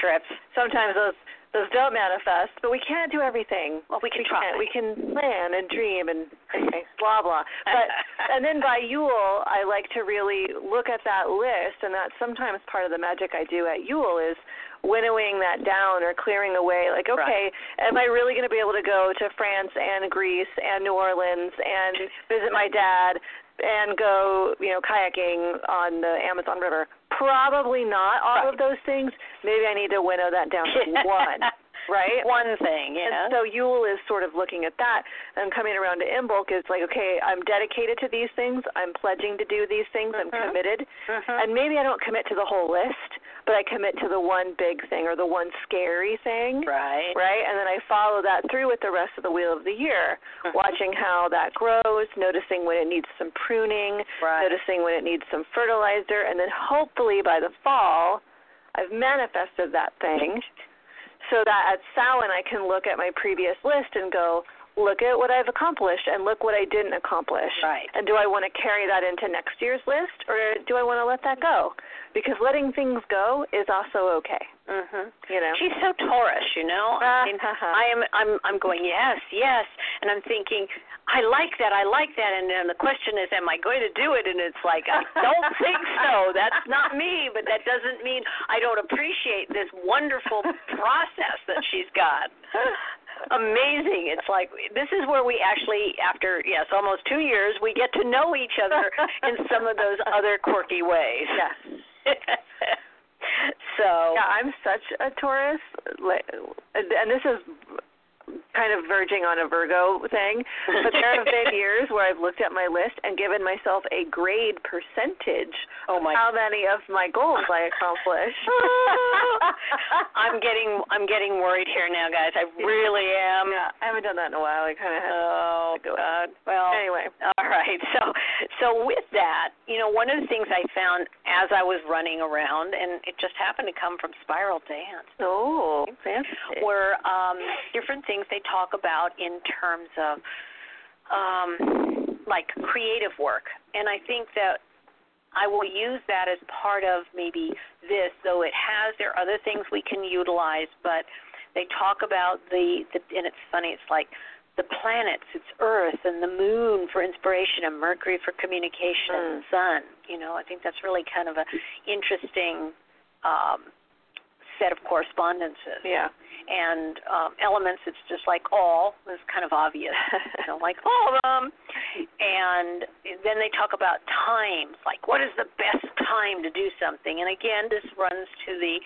B: trips
C: Sometimes those those don't manifest, but we can't do everything.
B: well we can
C: we
B: try
C: can't. We can plan and dream and okay, blah blah. But and then by Yule, I like to really look at that list, and that's sometimes part of the magic I do at Yule is winnowing that down or clearing away. Like, okay, am I really going to be able to go to France and Greece and New Orleans and visit my dad and go, you know, kayaking on the Amazon River? Probably not all of those things. Maybe I need to winnow that down to one, right?
B: one thing yeah
C: And so Yule is sort of looking at that and coming around to Imbolc is like, okay, I'm dedicated to these things. I'm pledging to do these things. I'm
B: Mhm.
C: committed.
B: Mhm.
C: And maybe I don't commit to the whole list, but I commit to the one big thing or the one scary thing.
B: right
C: Right? And then I follow that through with the rest of the wheel of the year,
B: Mhm.
C: watching how that grows, noticing when it needs some pruning,
B: right
C: noticing when it needs some fertilizer, and then hopefully by the fall, I've manifested that thing so that at Samhain I can look at my previous list and go, look at what I've accomplished and look what I didn't accomplish.
B: right
C: And do I want to carry that into next year's list or do I want to let that go? Because letting things go is also okay,
B: mhm
C: you know?
B: she's so taurus you know i mean
C: Uh-huh.
B: I am I'm I'm going yes, yes, and I'm thinking I like that, I like that, and then the question is, am I going to do it? And it's like I don't think so. That's not me, but that doesn't mean I don't appreciate this wonderful process that she's got. Amazing. It's like this is where we actually, after yes, almost two years, we get to know each other in some of those other quirky ways.
C: Yes.
B: so
C: Yeah, I'm such a Taurus, like, and this is kind of verging on a Virgo thing. But there have been years where I've looked at my list and given myself a grade percentage
B: oh my Oh,
C: how many of my goals I accomplished.
B: Uh, I'm getting I'm getting worried here now, guys. I really am.
C: yeah, Um, I haven't done that in a while. I kind of had
B: Oh
C: Go
B: God.
C: ahead.
B: Well. um,
C: anyway.
B: All right. So so with that, you know, one of the things I found as I was running around, and it just happened to come from Spiral Dance,
C: Oh, fancy.
B: were um, different things they talk about in terms of um, like creative work, and I think that I will use that as part of maybe this, though it has there are other things we can utilize, but they talk about the, the and it's funny, it's like the planets, it's Earth and the moon for inspiration and Mercury for communication and the sun. You know, I think that's really kind of a interesting um, set of correspondences
C: yeah.
B: and um, elements. It's just like all is kind of obvious. you know, like all of them. And then they talk about times, like what is the best time to do something. And again, this runs to the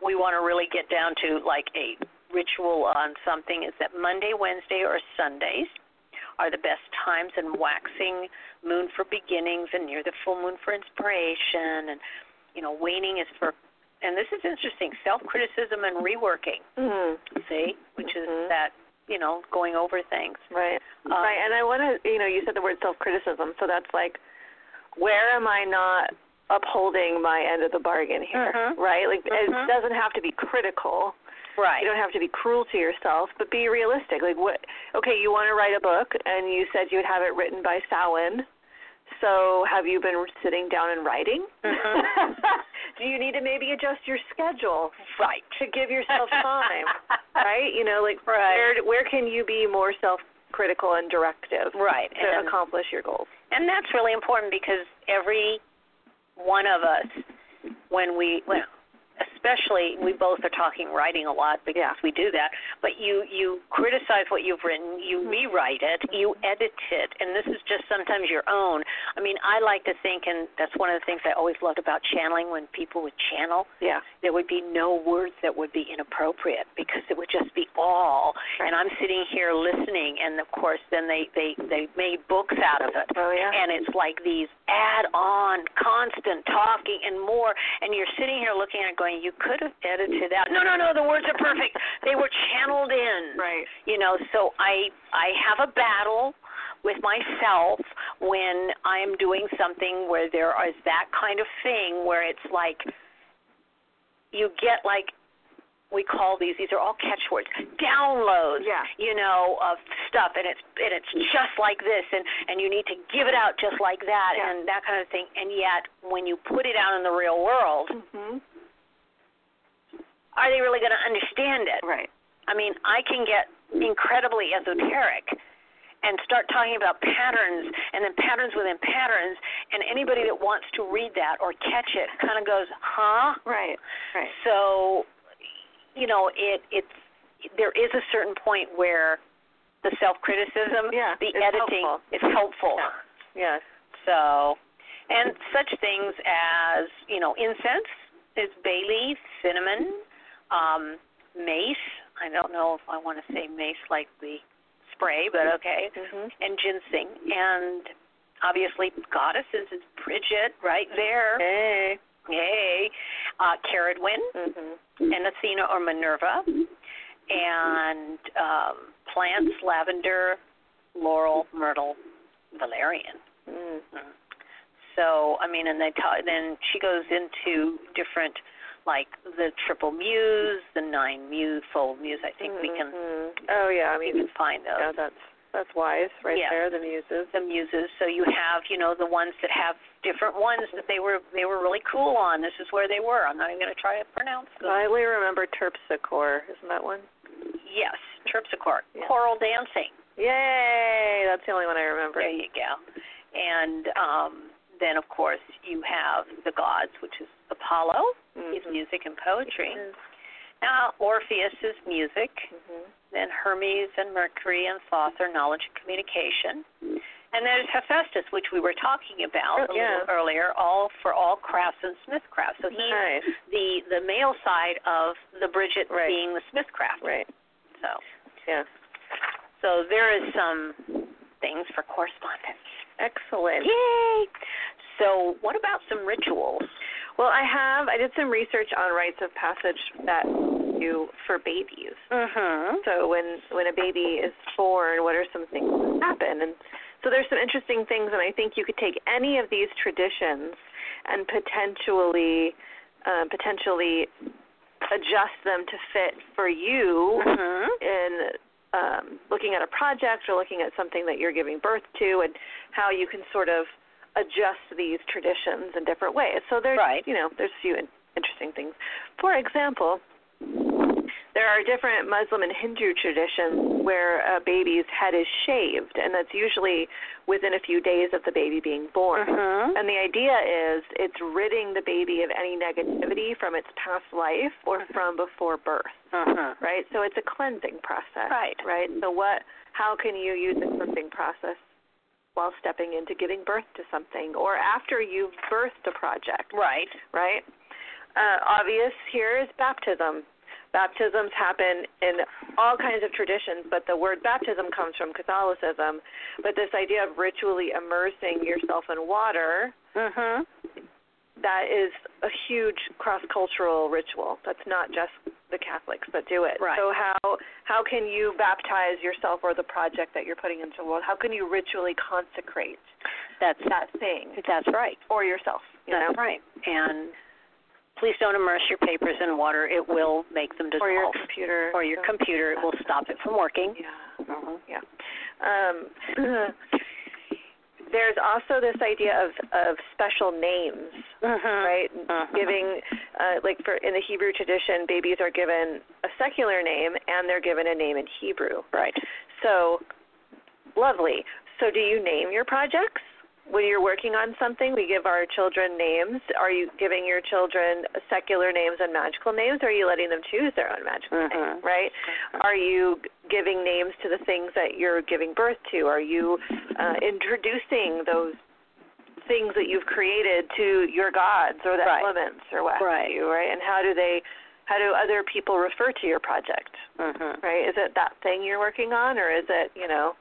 B: we want to really get down to like a ritual on something is that Monday, Wednesday, or Sundays are the best times in waxing moon for beginnings and near the full moon for inspiration and you know waning is for and this is interesting self criticism and reworking
C: Mm.
B: see which is
C: Mhm.
B: that you know going over things
C: Right.
B: Um,
C: right. And I want to, you know, you said the word self criticism. So that's like, where am I not upholding my end of the bargain here?
B: Mhm.
C: Right? Like,
B: Mhm.
C: it doesn't have to be critical.
B: right
C: You don't have to be cruel to yourself, but be realistic. Like, what, okay, you want to write a book, and you said you would have it written by Samhain. So have you been sitting down and writing?
B: Mhm.
C: Do you need to maybe adjust your schedule
B: right
C: to give yourself time? right? You know, like
B: Right.
C: where where can you be more self-critical and directive
B: right
C: to
B: and,
C: accomplish your goals?
B: and that's really important because every one of us when we when especially we both are talking writing a lot because
C: Yeah.
B: we do that but you you criticize what you've written you
C: Mm-hmm.
B: rewrite it you edit it and this is just sometimes your own i mean i like to think and that's one of the things i always loved about channeling when people would channel
C: Yeah.
B: there would be no words that would be inappropriate because it would just be all and i'm sitting here listening and of course then they they they made books out of it
C: Oh yeah.
B: and it's like these add on constant talking and more and you're sitting here looking at it going you could have edited out no no no the words are perfect they were channeled in
C: right.
B: you know so i i have a battle with myself when i'm doing something where there is that kind of thing where it's like you get like we call these these are all catchwords downloads
C: Yeah.
B: you know of stuff and it's and it's just like this and and you need to give it out just like that
C: Yeah.
B: and that kind of thing and yet when you put it out in the real world
C: Mhm.
B: are they really going to understand it
C: Right.
B: I mean, I can get incredibly esoteric and start talking about patterns and then patterns within patterns, and anybody that wants to read that or catch it kind of goes, huh?
C: Right. Right.
B: So, you know, it it's there is a certain point where the self criticism,
C: Yeah,
B: the
C: it's
B: editing,
C: helpful.
B: is helpful.
C: Yeah. Yes.
B: So, and such things as you know incense is bay leaf, cinnamon, um, mace. I don't know if I want to say mace like the spray, but okay.
C: Mhm.
B: And ginseng, and obviously goddesses is Bridget right there.
C: Hey.
B: Yay, uh, Caradwyn
C: Mhm.
B: and Athena or Minerva, and um, plants lavender, laurel, myrtle, valerian.
C: Mm.
B: So I mean, and they ta- then she goes into different like the triple muse, the nine muse, fold muse. I think we can
C: Mhm. Oh yeah. I
B: we
C: mean,
B: can find those
C: yeah, that's that's wise right
B: Yeah.
C: there. The muses.
B: the muses. So you have you know the ones that have different ones that they were they were really cool on. This is where they were. I'm not even going to try to pronounce them.
C: I only remember terpsichore. Isn't that one?
B: yes, terpsichore,
C: Yeah.
B: choral dancing.
C: Yay! That's the only one I remember.
B: There you go. And um, then of course you have the gods, which is Apollo. He's
C: Mhm.
B: music and poetry. Now Orpheus is Uh, music,
C: Mhm.
B: then Hermes and Mercury and Thoth are knowledge and communication. And there's Hephaestus, which we were talking about a
C: Oh, yeah.
B: little earlier, all for all crafts and smithcraft. So he's
C: Nice.
B: the the male side of the Bridget
C: Right.
B: being the smithcraft.
C: Right.
B: So
C: Yeah.
B: so there is some things for correspondence.
C: Excellent.
B: Yay! So what about some rituals?
C: Well, I have. I did some research on rites of passage that you for babies.
B: Mhm.
C: So when when a baby is born, what are some things that happen? And so there's some interesting things, and I think you could take any of these traditions and potentially um, potentially adjust them to fit for you
B: Mhm.
C: Mm-hmm. in um, looking at a project or looking at something that you're giving birth to and how you can sort of adjust these traditions in different ways. So there's
B: Right.
C: you know there's a few in- interesting things. For example, there are different Muslim and Hindu traditions where a baby's head is shaved, and that's usually within a few days of the baby being born.
B: Mhm.
C: And the idea is it's ridding the baby of any negativity from its past life or from before birth
B: Mhm.
C: right? So it's a cleansing process,
B: Right.
C: Right. So what? How can you use the cleansing process while stepping into giving birth to something, or after you've birthed a project,
B: Right.
C: right? uh, obvious here is baptism. Baptisms happen in all kinds of traditions, but the word baptism comes from Catholicism. But this idea of ritually immersing yourself in water, Mm-hmm.
B: Mhm.
C: that is a huge cross cultural ritual. That's not just the Catholics that do it.
B: Right.
C: So how how can you baptize yourself or the project that you're putting into the world? How can you ritually consecrate
B: That's
C: that thing
B: that's right.
C: or yourself? You
B: That's
C: know?
B: right. And please don't immerse your papers in water. It will make them dissolve.
C: Or your computer.
B: Or your
C: So-
B: computer. It will stop it from working.
C: Yeah. Yeah. Um, there's also this idea of of special names,
B: Mhm.
C: right?
B: Mhm.
C: Giving, uh, like for in the Hebrew tradition, babies are given a secular name and they're given a name in Hebrew.
B: Right.
C: So lovely. So do you name your projects? When you're working on something, we give our children names. Are you giving your children secular names and magical names, or are you letting them choose their own magical name,
B: Mhm.
C: right? Are you giving names to the things that you're giving birth to? Are you uh, introducing those things that you've created to your gods or the
B: Right.
C: elements or what have
B: Right.
C: you, right? And how do they, how do other people refer to your project?
B: Mhm.
C: right? Is it that thing you're working on, or is it, you know,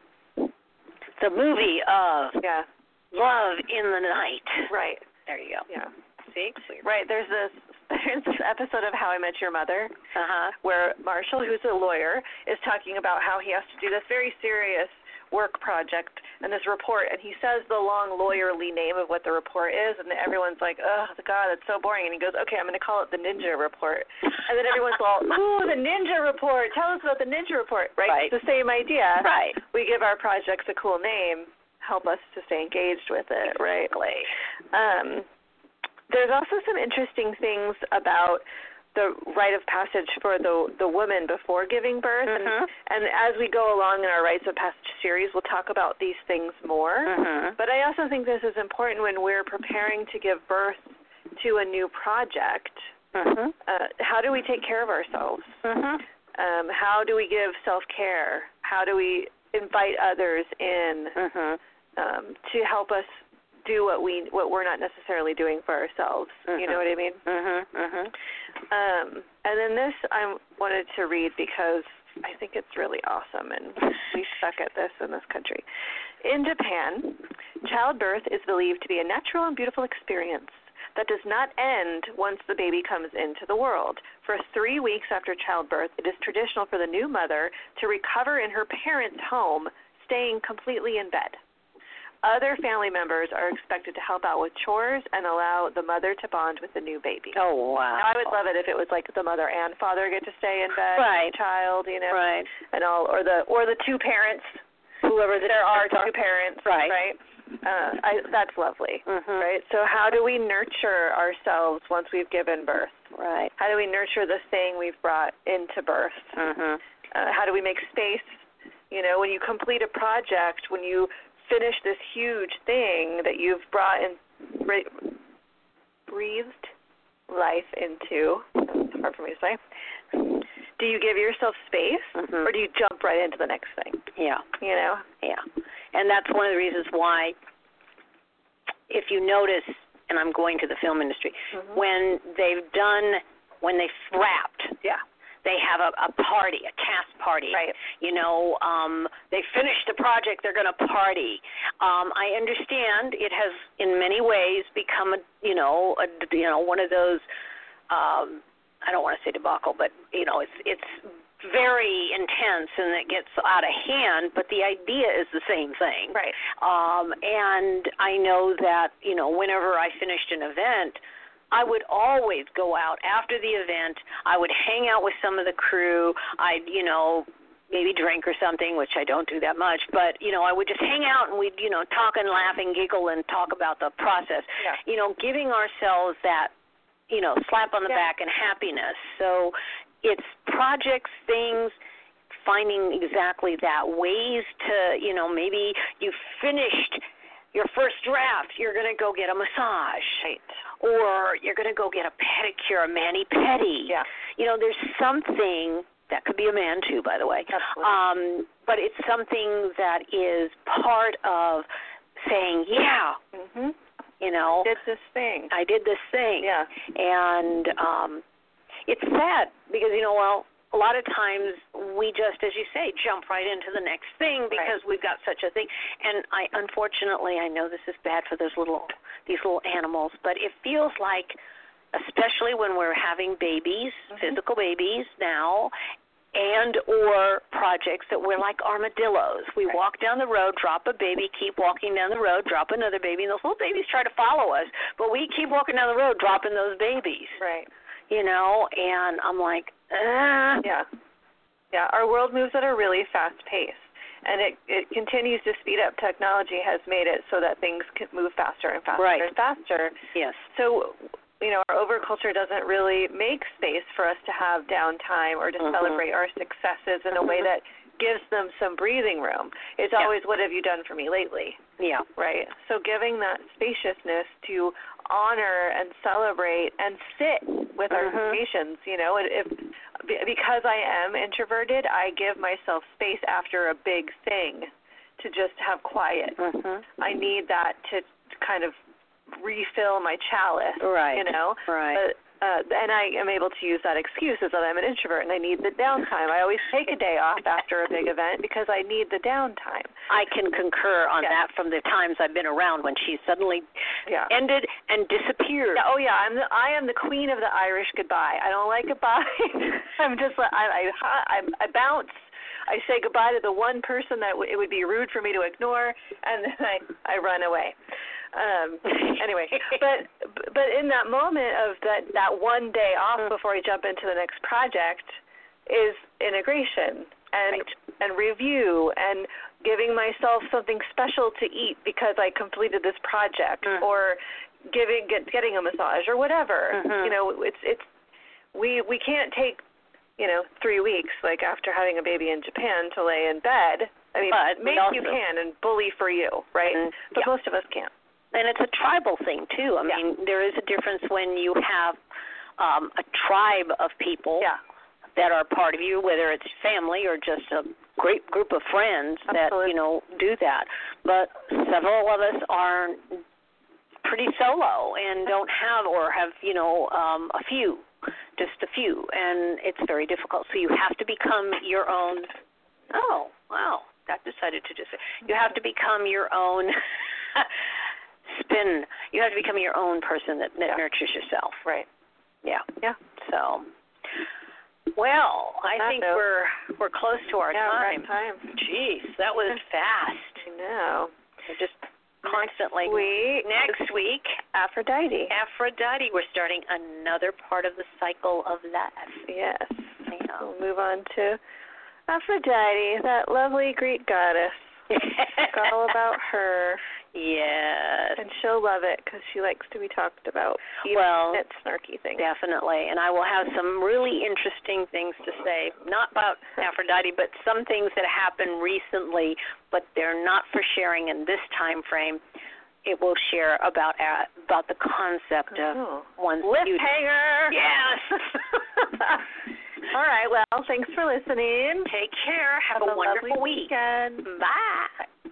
B: The movie of
C: yeah,
B: Love in the Night.
C: right,
B: There you go.
C: yeah,
B: See?
C: right. There's this there's this episode of How I Met Your Mother
B: Uh huh.
C: where Marshall, who's a lawyer, is talking about how he has to do this very serious work project and this report, and he says the long lawyerly name of what the report is, and everyone's like, oh God, it's so boring, and he goes, okay, I'm going to call it the Ninja Report, and then everyone's all, ooh, the Ninja Report, tell us about the Ninja Report,
B: Right.
C: It's the same idea,
B: Right.
C: we give our projects a cool name, help us to stay engaged with it, right? Um, there's also some interesting things about the rite of passage for the the woman before giving birth,
B: Mhm.
C: and, and as we go along in our rites of passage series, we'll talk about these things more.
B: Mhm.
C: But I also think this is important when we're preparing to give birth to a new project.
B: Mhm.
C: Uh, how do we take care of ourselves?
B: Mhm.
C: um, how do we give self care? How do we invite others in
B: Mhm.
C: um, to help us do what we what we're not necessarily doing for ourselves? You know what I mean?
B: Mhm. Mhm.
C: Um, and then this I wanted to read because I think it's really awesome, and we suck at this in this country. In Japan, childbirth is believed to be a natural and beautiful experience that does not end once the baby comes into the world. For three weeks after childbirth, it is traditional for the new mother to recover in her parents' home, staying completely in bed. Other family members are expected to help out with chores and allow the mother to bond with the new baby.
B: Oh wow.
C: Now, I would love it if it was like the mother and father get to stay in bed,
B: Right.
C: with the child, you know,
B: Right.
C: and all, or the or the two parents, whoever the there are two parents,
B: Right.
C: Right. Uh, I, that's lovely,
B: Mhm.
C: right? So how do we nurture ourselves once we've given birth?
B: Right.
C: How do we nurture the thing we've brought into birth?
B: Mhm.
C: Uh, how do we make space? You know, when you complete a project, when you finish this huge thing that you've brought and bre- breathed life into, it's hard for me to say, do you give yourself space
B: Mhm.
C: or do you jump right into the next thing?
B: Yeah.
C: You know?
B: Yeah. And that's one of the reasons why, if you notice, and I'm going to the film industry,
C: Mm-hmm.
B: when they've done, when they've wrapped,
C: Yeah.
B: they have a, a party, a cast party.
C: Right.
B: You know, um, they finished the project, they're going to party. Um, I understand it has, in many ways, become a, you know, a, you know, one of those. Um, I don't want to say debacle, but you know, it's it's very intense and it gets out of hand. But the idea is the same thing.
C: Right.
B: Um, and I know that, you know, whenever I finished an event, I would always go out after the event. I would hang out with some of the crew. I'd, you know, maybe drink or something, which I don't do that much, but, you know, I would just hang out and we'd, you know, talk and laugh and giggle and talk about the process.
C: Yeah.
B: You know, giving ourselves that, you know, slap on the
C: Yeah.
B: back and happiness. So it's projects, things, finding exactly that ways to you know maybe you finished your first draft you're going to go get a massage
C: Right.
B: or you're going to go get a pedicure a mani pedi
C: Yeah.
B: you know there's something that could be a man too by the way
C: Absolutely.
B: um but it's something that is part of saying yeah
C: mhm.
B: you know
C: did this thing.
B: I did this thing.
C: Yeah.
B: And um it's sad because you know, well, a lot of times we just as you say jump right into the next thing because we've got such a thing. And I unfortunately I know this is bad for those little these little animals, but it feels like especially when we're having babies, physical babies now and or projects that we're like armadillos. We walk down the road, drop a baby, keep walking down the road, drop another baby, and those little babies try to follow us, but we keep walking down the road dropping those babies.
C: Right.
B: You know, and I'm like, ah.
C: Yeah. Yeah. Our world moves at a really fast pace. And it, it continues to speed up. Technology has made it so that things can move faster and faster
B: Right.
C: and faster.
B: Yes.
C: So, you know, our overculture doesn't really make space for us to have downtime or to
B: Mhm.
C: celebrate our successes in a way
B: Mhm.
C: that gives them some breathing room. It's
B: Yeah.
C: always, what have you done for me lately?
B: Yeah.
C: Right. So giving that spaciousness to honor and celebrate and sit with our
B: Mhm.
C: creations, you know, and if be- because I am introverted, I give myself space after a big thing to just have quiet.
B: Mhm.
C: I need that to kind of refill my chalice,
B: Right.
C: you know.
B: Right.
C: But, uh, and I am able to use that excuse is that I'm an introvert and I need the downtime. I always take a day off after a big event because I need the downtime.
B: I can concur on
C: Yeah.
B: that from the times I've been around when she suddenly
C: Yeah.
B: ended and disappeared.
C: Yeah, oh yeah, I'm the I am the queen of the Irish goodbye. I don't like goodbye. I'm just like I I I, I bounce. I say goodbye to the one person that w- it would be rude for me to ignore, and then I I run away. Um, anyway, but but in that moment of that that one day off before I jump into the next project is integration and and review and giving myself something special to eat because I completed this project
B: Mm.
C: or giving get, getting a massage or whatever.
B: Mhm.
C: You know, it's it's we we can't take you know three weeks like after having a baby in Japan to lay in bed. I mean,
B: But we
C: maybe you
B: also-
C: can and bully for you, right?
B: Mhm.
C: But
B: Yeah.
C: most of us can't.
B: and it's a tribal thing too. I
C: Yeah.
B: mean, there is a difference when you have um a tribe of people
C: Yeah.
B: that are part of you, whether it's family or just a great group of friends that,
C: Absolutely.
B: you know, do that. But several of us are pretty solo and don't have or have, you know, um a few, just a few, and it's very difficult. So you have to become your own Oh, wow. That decided to just you have to become your own spin. You have to become your own person that, that
C: Yeah.
B: nurtures yourself.
C: Right.
B: Yeah.
C: Yeah.
B: So, well, I
C: that
B: think
C: note.
B: we're we're close to our
C: yeah, we're
B: time.
C: at time.
B: Jeez, that was fast.
C: I know.
B: We're just constantly.
C: We
B: Next week, uh,
C: Aphrodite.
B: Aphrodite. We're starting another part of the cycle of life.
C: Yes.
B: Yeah.
C: We'll move on to Aphrodite, that lovely Greek goddess. It's all about her,
B: yes.
C: and she'll love it because she likes to be talked about. Even
B: Well,
C: that snarky thing.
B: Definitely. And I will have some really interesting things to say, not about Aphrodite, but some things that happened recently, but they're not for sharing in this time frame. It will share about uh, about the concept of
C: Oh.
B: one's
C: Lip
B: beauty.
C: hanger.
B: Yes.
C: all right. Well, thanks for listening.
B: Take care. Have,
C: a,
B: a, wonderful
C: lovely
B: week.
C: weekend.
B: Bye.